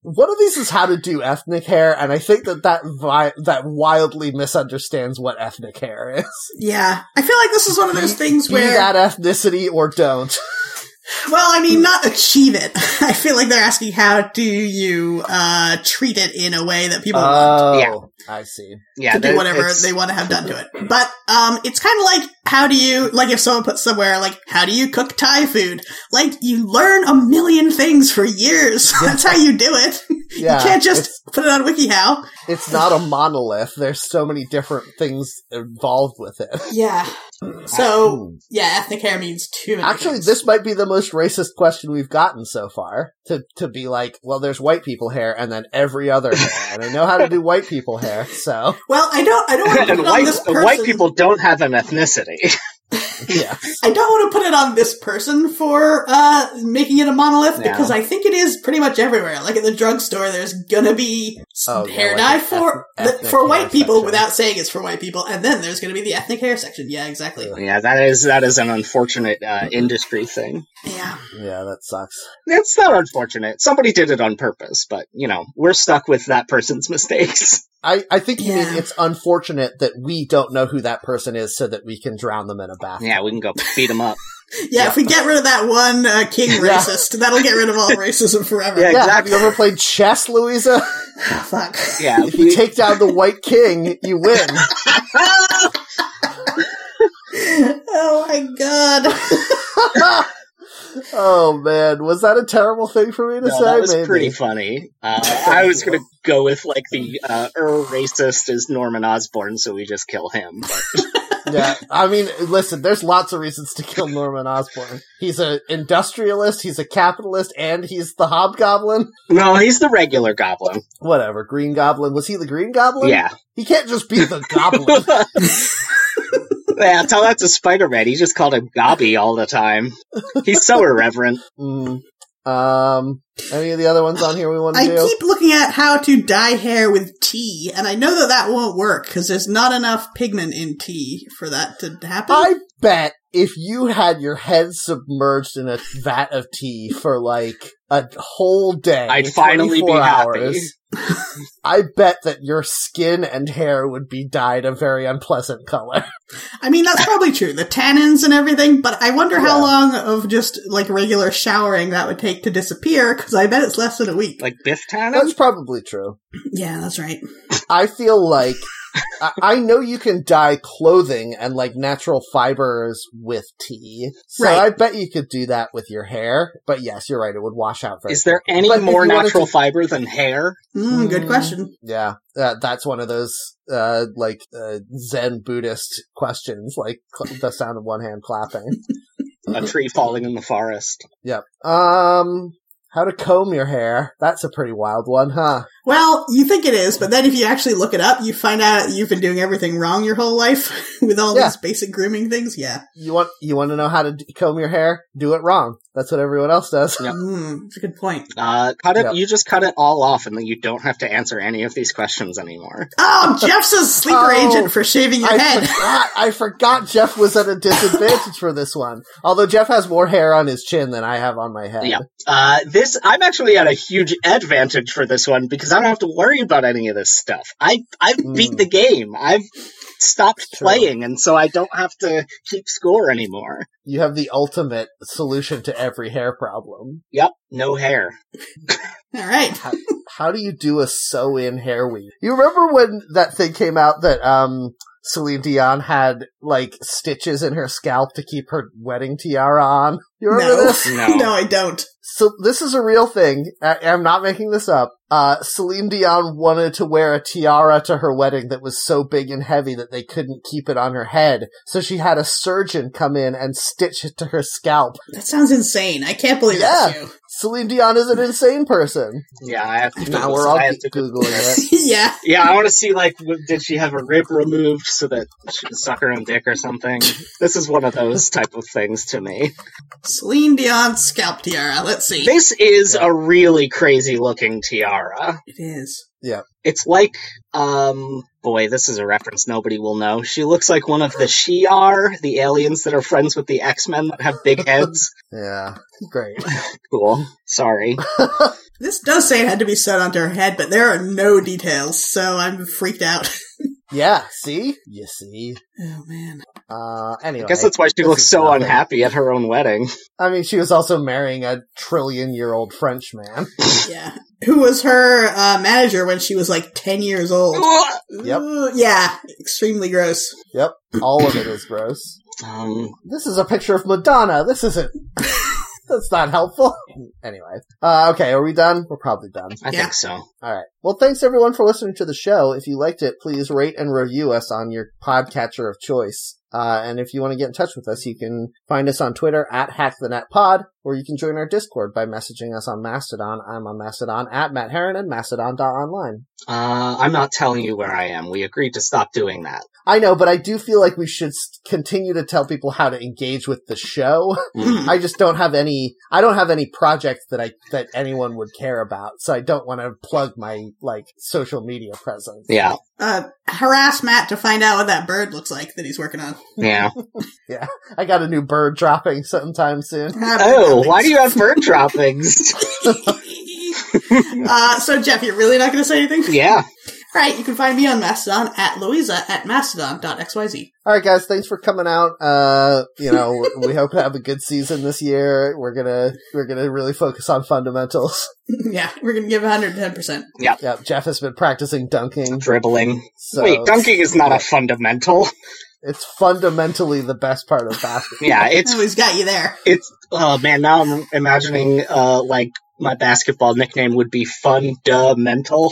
S1: one of these is how to do ethnic hair, and I think that that vi- that wildly misunderstands what ethnic hair is.
S3: Yeah. I feel like this is one of those things
S1: Be
S3: where
S1: that ethnicity or don't.
S3: Well, I mean, not achieve it. I feel like they're asking how do you uh, treat it in a way that people want.
S1: Oh,
S2: Yeah.
S1: I see.
S2: Yeah,
S3: to do
S2: there-
S3: whatever
S2: it's-
S3: they want to have done to it. But um, it's kind of like how do you like if someone puts somewhere like how do you cook Thai food? Like you learn a million things for years. That's how you do it.
S1: Yeah,
S3: you can't just
S1: it's-
S3: put it on WikiHow.
S1: It's not a monolith. There's so many different things involved with it.
S3: Yeah. So yeah, ethnic hair means too many.
S1: Actually,
S3: things.
S1: this might be the most racist question we've gotten so far. To to be like, well, there's white people hair, and then every other hair, and I know how to do white people hair. So
S3: well, I don't I don't want to put
S2: and
S3: it on
S2: white,
S3: this person.
S2: white people don't have an ethnicity.
S1: yeah,
S3: I don't want to put it on this person for uh, making it a monolith
S2: No.
S3: because I think it is pretty much everywhere. Like at the drugstore, there's gonna be s-
S1: Oh, yeah,
S3: hair
S1: like
S3: dye
S1: an
S3: for
S1: eth-
S3: the,
S1: ethnic
S3: for
S1: hair
S3: white people
S1: section.
S3: without saying it's for white people, and then there's gonna be the ethnic hair section. Yeah, exactly.
S1: Oh, Yeah.
S2: yeah, that is that is an unfortunate
S3: Mm-hmm.
S2: uh, industry thing.
S3: Yeah,
S1: yeah, that sucks.
S2: It's not unfortunate. Somebody did it on purpose, but you know we're stuck with that person's mistakes.
S1: I, I think you mean
S3: Yeah.
S1: it's unfortunate that we don't know who that person is so that we can drown them in a bath.
S2: Yeah, we can go beat them up.
S3: yeah. If we get rid of that one uh, king
S1: Yeah.
S3: racist, that'll get rid of all racism forever.
S2: Yeah.
S1: Yeah,
S2: Exactly.
S1: Have you ever played chess, Louisa?
S3: Fuck.
S2: Yeah,
S1: If you
S2: we-
S1: take down the white king, you win.
S3: oh my god.
S1: oh man, was that a terrible thing for me to
S2: No,
S1: say?
S2: that was
S1: Maybe.
S2: pretty funny. Uh, I was gonna go with like the uh, er racist is Norman Osborn, so we just kill him. But
S1: yeah, I mean, listen, there's lots of reasons to kill Norman Osborn. He's an industrialist, he's a capitalist, and he's the hobgoblin.
S2: no, he's the regular Goblin.
S1: Whatever, Green Goblin. Was he the Green Goblin?
S2: Yeah,
S1: He can't just be the Goblin.
S2: yeah. Tell that to Spider Man. He just called him Gobby all the time. He's so irreverent.
S1: Mm. Um, any of the other ones on here we want to
S3: I
S1: do?
S3: keep looking at how to dye hair with tea, and I know that that won't work because there's not enough pigment in tea for that to happen.
S1: I bet if you had your head submerged in a vat of tea for like a whole day,
S2: I'd finally be
S1: 24
S2: happy.
S1: hours, I bet that your skin and hair would be dyed a very unpleasant color.
S3: I mean, that's probably true. The tannins and everything, but I wonder how
S1: Yeah.
S3: long of just like regular showering that would take to disappear because I bet it's less than a week.
S2: Like Biff Tannen.
S1: That's probably true.
S3: yeah, that's right.
S1: I feel like I, I know you can dye clothing and like natural fibers with tea, so
S3: Right.
S1: I bet you could do that with your hair. But yes, you're right; it would wash out very.
S2: Is there any
S1: But if
S2: more
S1: you wanted
S2: natural
S1: to-
S2: fiber than hair?
S3: Mm, Good
S1: Mm.
S3: question.
S1: Yeah, uh, that's one of those uh, like uh, Zen Buddhist questions, like cl- the sound of one hand clapping.
S2: A tree falling in the forest.
S1: yep. Um, how to comb your hair? That's a pretty wild one, huh?
S3: Well, you think it is, but then if you actually look it up, you find out you've been doing everything wrong your whole life with all
S1: Yeah.
S3: these basic grooming things. Yeah.
S1: You want you want to know how to d- comb your hair? Do it wrong. That's what everyone else does.
S2: Yep.
S3: Mm, that's a good point.
S2: Uh, cut it.
S1: Yep.
S2: You just cut it all off, and then you don't have to answer any of these questions anymore.
S3: Oh, Jeff's a sleeper
S1: Oh,
S3: agent for shaving your
S1: I
S3: head.
S1: forgot. I forgot Jeff was at a disadvantage for this one. Although Jeff has more hair on his chin than I have on my head.
S2: Yeah. Uh, this I'm actually at a huge advantage for this one because I don't have to worry about any of this stuff. I I have beat
S1: Mm.
S2: the game. I've stopped
S1: True.
S2: playing, and so I don't have to keep score anymore.
S1: You have the ultimate solution to every hair problem.
S2: Yep, no hair.
S3: All right.
S1: How do you do a sew in hair weave? You remember when that thing came out that um Celine Dion had like stitches in her scalp to keep her wedding tiara on? You remember
S3: No.
S1: this?
S2: No.
S3: No, I don't.
S1: So this is a real thing. I, I'm not making this up. Uh, Celine Dion wanted to wear a tiara to her wedding that was so big and heavy that they couldn't keep it on her head. So she had a surgeon come in and stitch it to her scalp.
S3: That sounds insane. I can't believe that's you.
S1: Celine Dion is an insane person.
S2: Yeah, I have to. do
S1: Now
S2: this.
S1: we're all
S2: I have to do
S1: googling it.
S3: yeah.
S2: Yeah, I want to see like, w- did she have a rib removed so that she could suck her own dick or something? This is one of those type of things to me.
S3: Celine Dion scalp tiara. Let's see.
S2: This is a really crazy looking tiara.
S3: It is.
S2: It's like, um, boy, this is a reference nobody will know. She looks like one of the Shi'ar, the aliens that are friends with the X Men that have big heads.
S1: Yeah, great.
S2: cool. Sorry.
S3: This does say it had to be sewed onto her head, but there are no details, so I'm freaked out.
S1: Yeah, see, you see.
S3: Oh man.
S1: Uh, anyway,
S2: I guess that's why she
S1: this
S2: looks
S1: is
S2: so
S1: nothing.
S2: unhappy at her own wedding.
S1: I mean, she was also marrying a trillion-year-old French man.
S3: Yeah. Who was her uh, manager when she was like 10 years old?
S1: Yep.
S3: Ooh, yeah. Extremely gross.
S1: All of it is gross.
S2: Um,
S1: This is a picture of Madonna. This isn't. That's not helpful. Anyway, uh, okay, are we done? We're probably done.
S2: I
S3: Yeah.
S2: think so.
S1: All right. Well, thanks everyone for listening to the show. If you liked it, please rate and review us on your podcatcher of choice. Uh, and if you want to get in touch with us, you can find us on Twitter at HackTheNetPod, or you can join our Discord by messaging us on Mastodon. I'm on Mastodon at Matt Heron and Mastodon.online.
S2: Uh, I'm not telling you where I am. We agreed to stop doing that.
S1: I know, but I do feel like we should s- continue to tell people how to engage with the show.
S2: Hmm.
S3: Mhm.
S1: I just don't have any. I don't have any project that I that anyone would care about, so I don't want to plug my like social media presence.
S2: Yeah,
S3: Uh, harass Matt to find out what that bird looks like that he's working on.
S2: yeah.
S1: I got a new bird dropping sometime soon.
S2: Oh, why do you have bird droppings?
S3: uh, so, Jeff, you're really not going to say anything?
S2: yeah.
S3: All right, you can find me on Mastodon at Louisa at mastodon.xyz.
S1: All right, guys, thanks for coming out. Uh, you know, we hope to have a good season this year. We're gonna we're gonna really focus on fundamentals.
S3: yeah, we're going to give 110%.
S1: Yep, Jeff has been practicing dunking.
S2: Dribbling.
S1: So
S2: Wait, dunking is not a fundamental.
S1: It's fundamentally the best part of basketball.
S2: Yeah, it's
S3: Oh, he's got you there.
S2: it's oh man, now I'm imagining uh like my basketball nickname would be fundamental.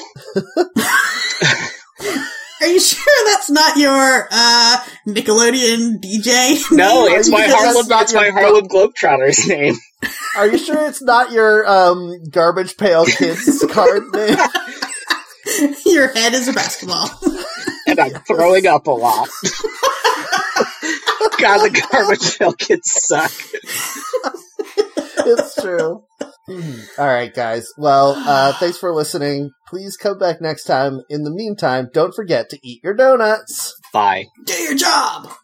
S3: Are you sure that's not your uh, Nickelodeon DJ?
S2: No,
S3: name?
S2: it's my
S1: Because that's
S2: Harlem
S1: not
S2: it's my
S1: your-
S2: Harlem Globetrotters name.
S1: Are you sure it's not your um garbage pail kids card name?
S3: your head is a basketball.
S2: and I'm throwing up a lot. God, the garbage pail kids suck.
S1: it's true. Mm-hmm. All right, guys. Well, uh, thanks for listening. Please come back next time. In the meantime, don't forget to eat your donuts.
S2: Bye.
S3: Do your job!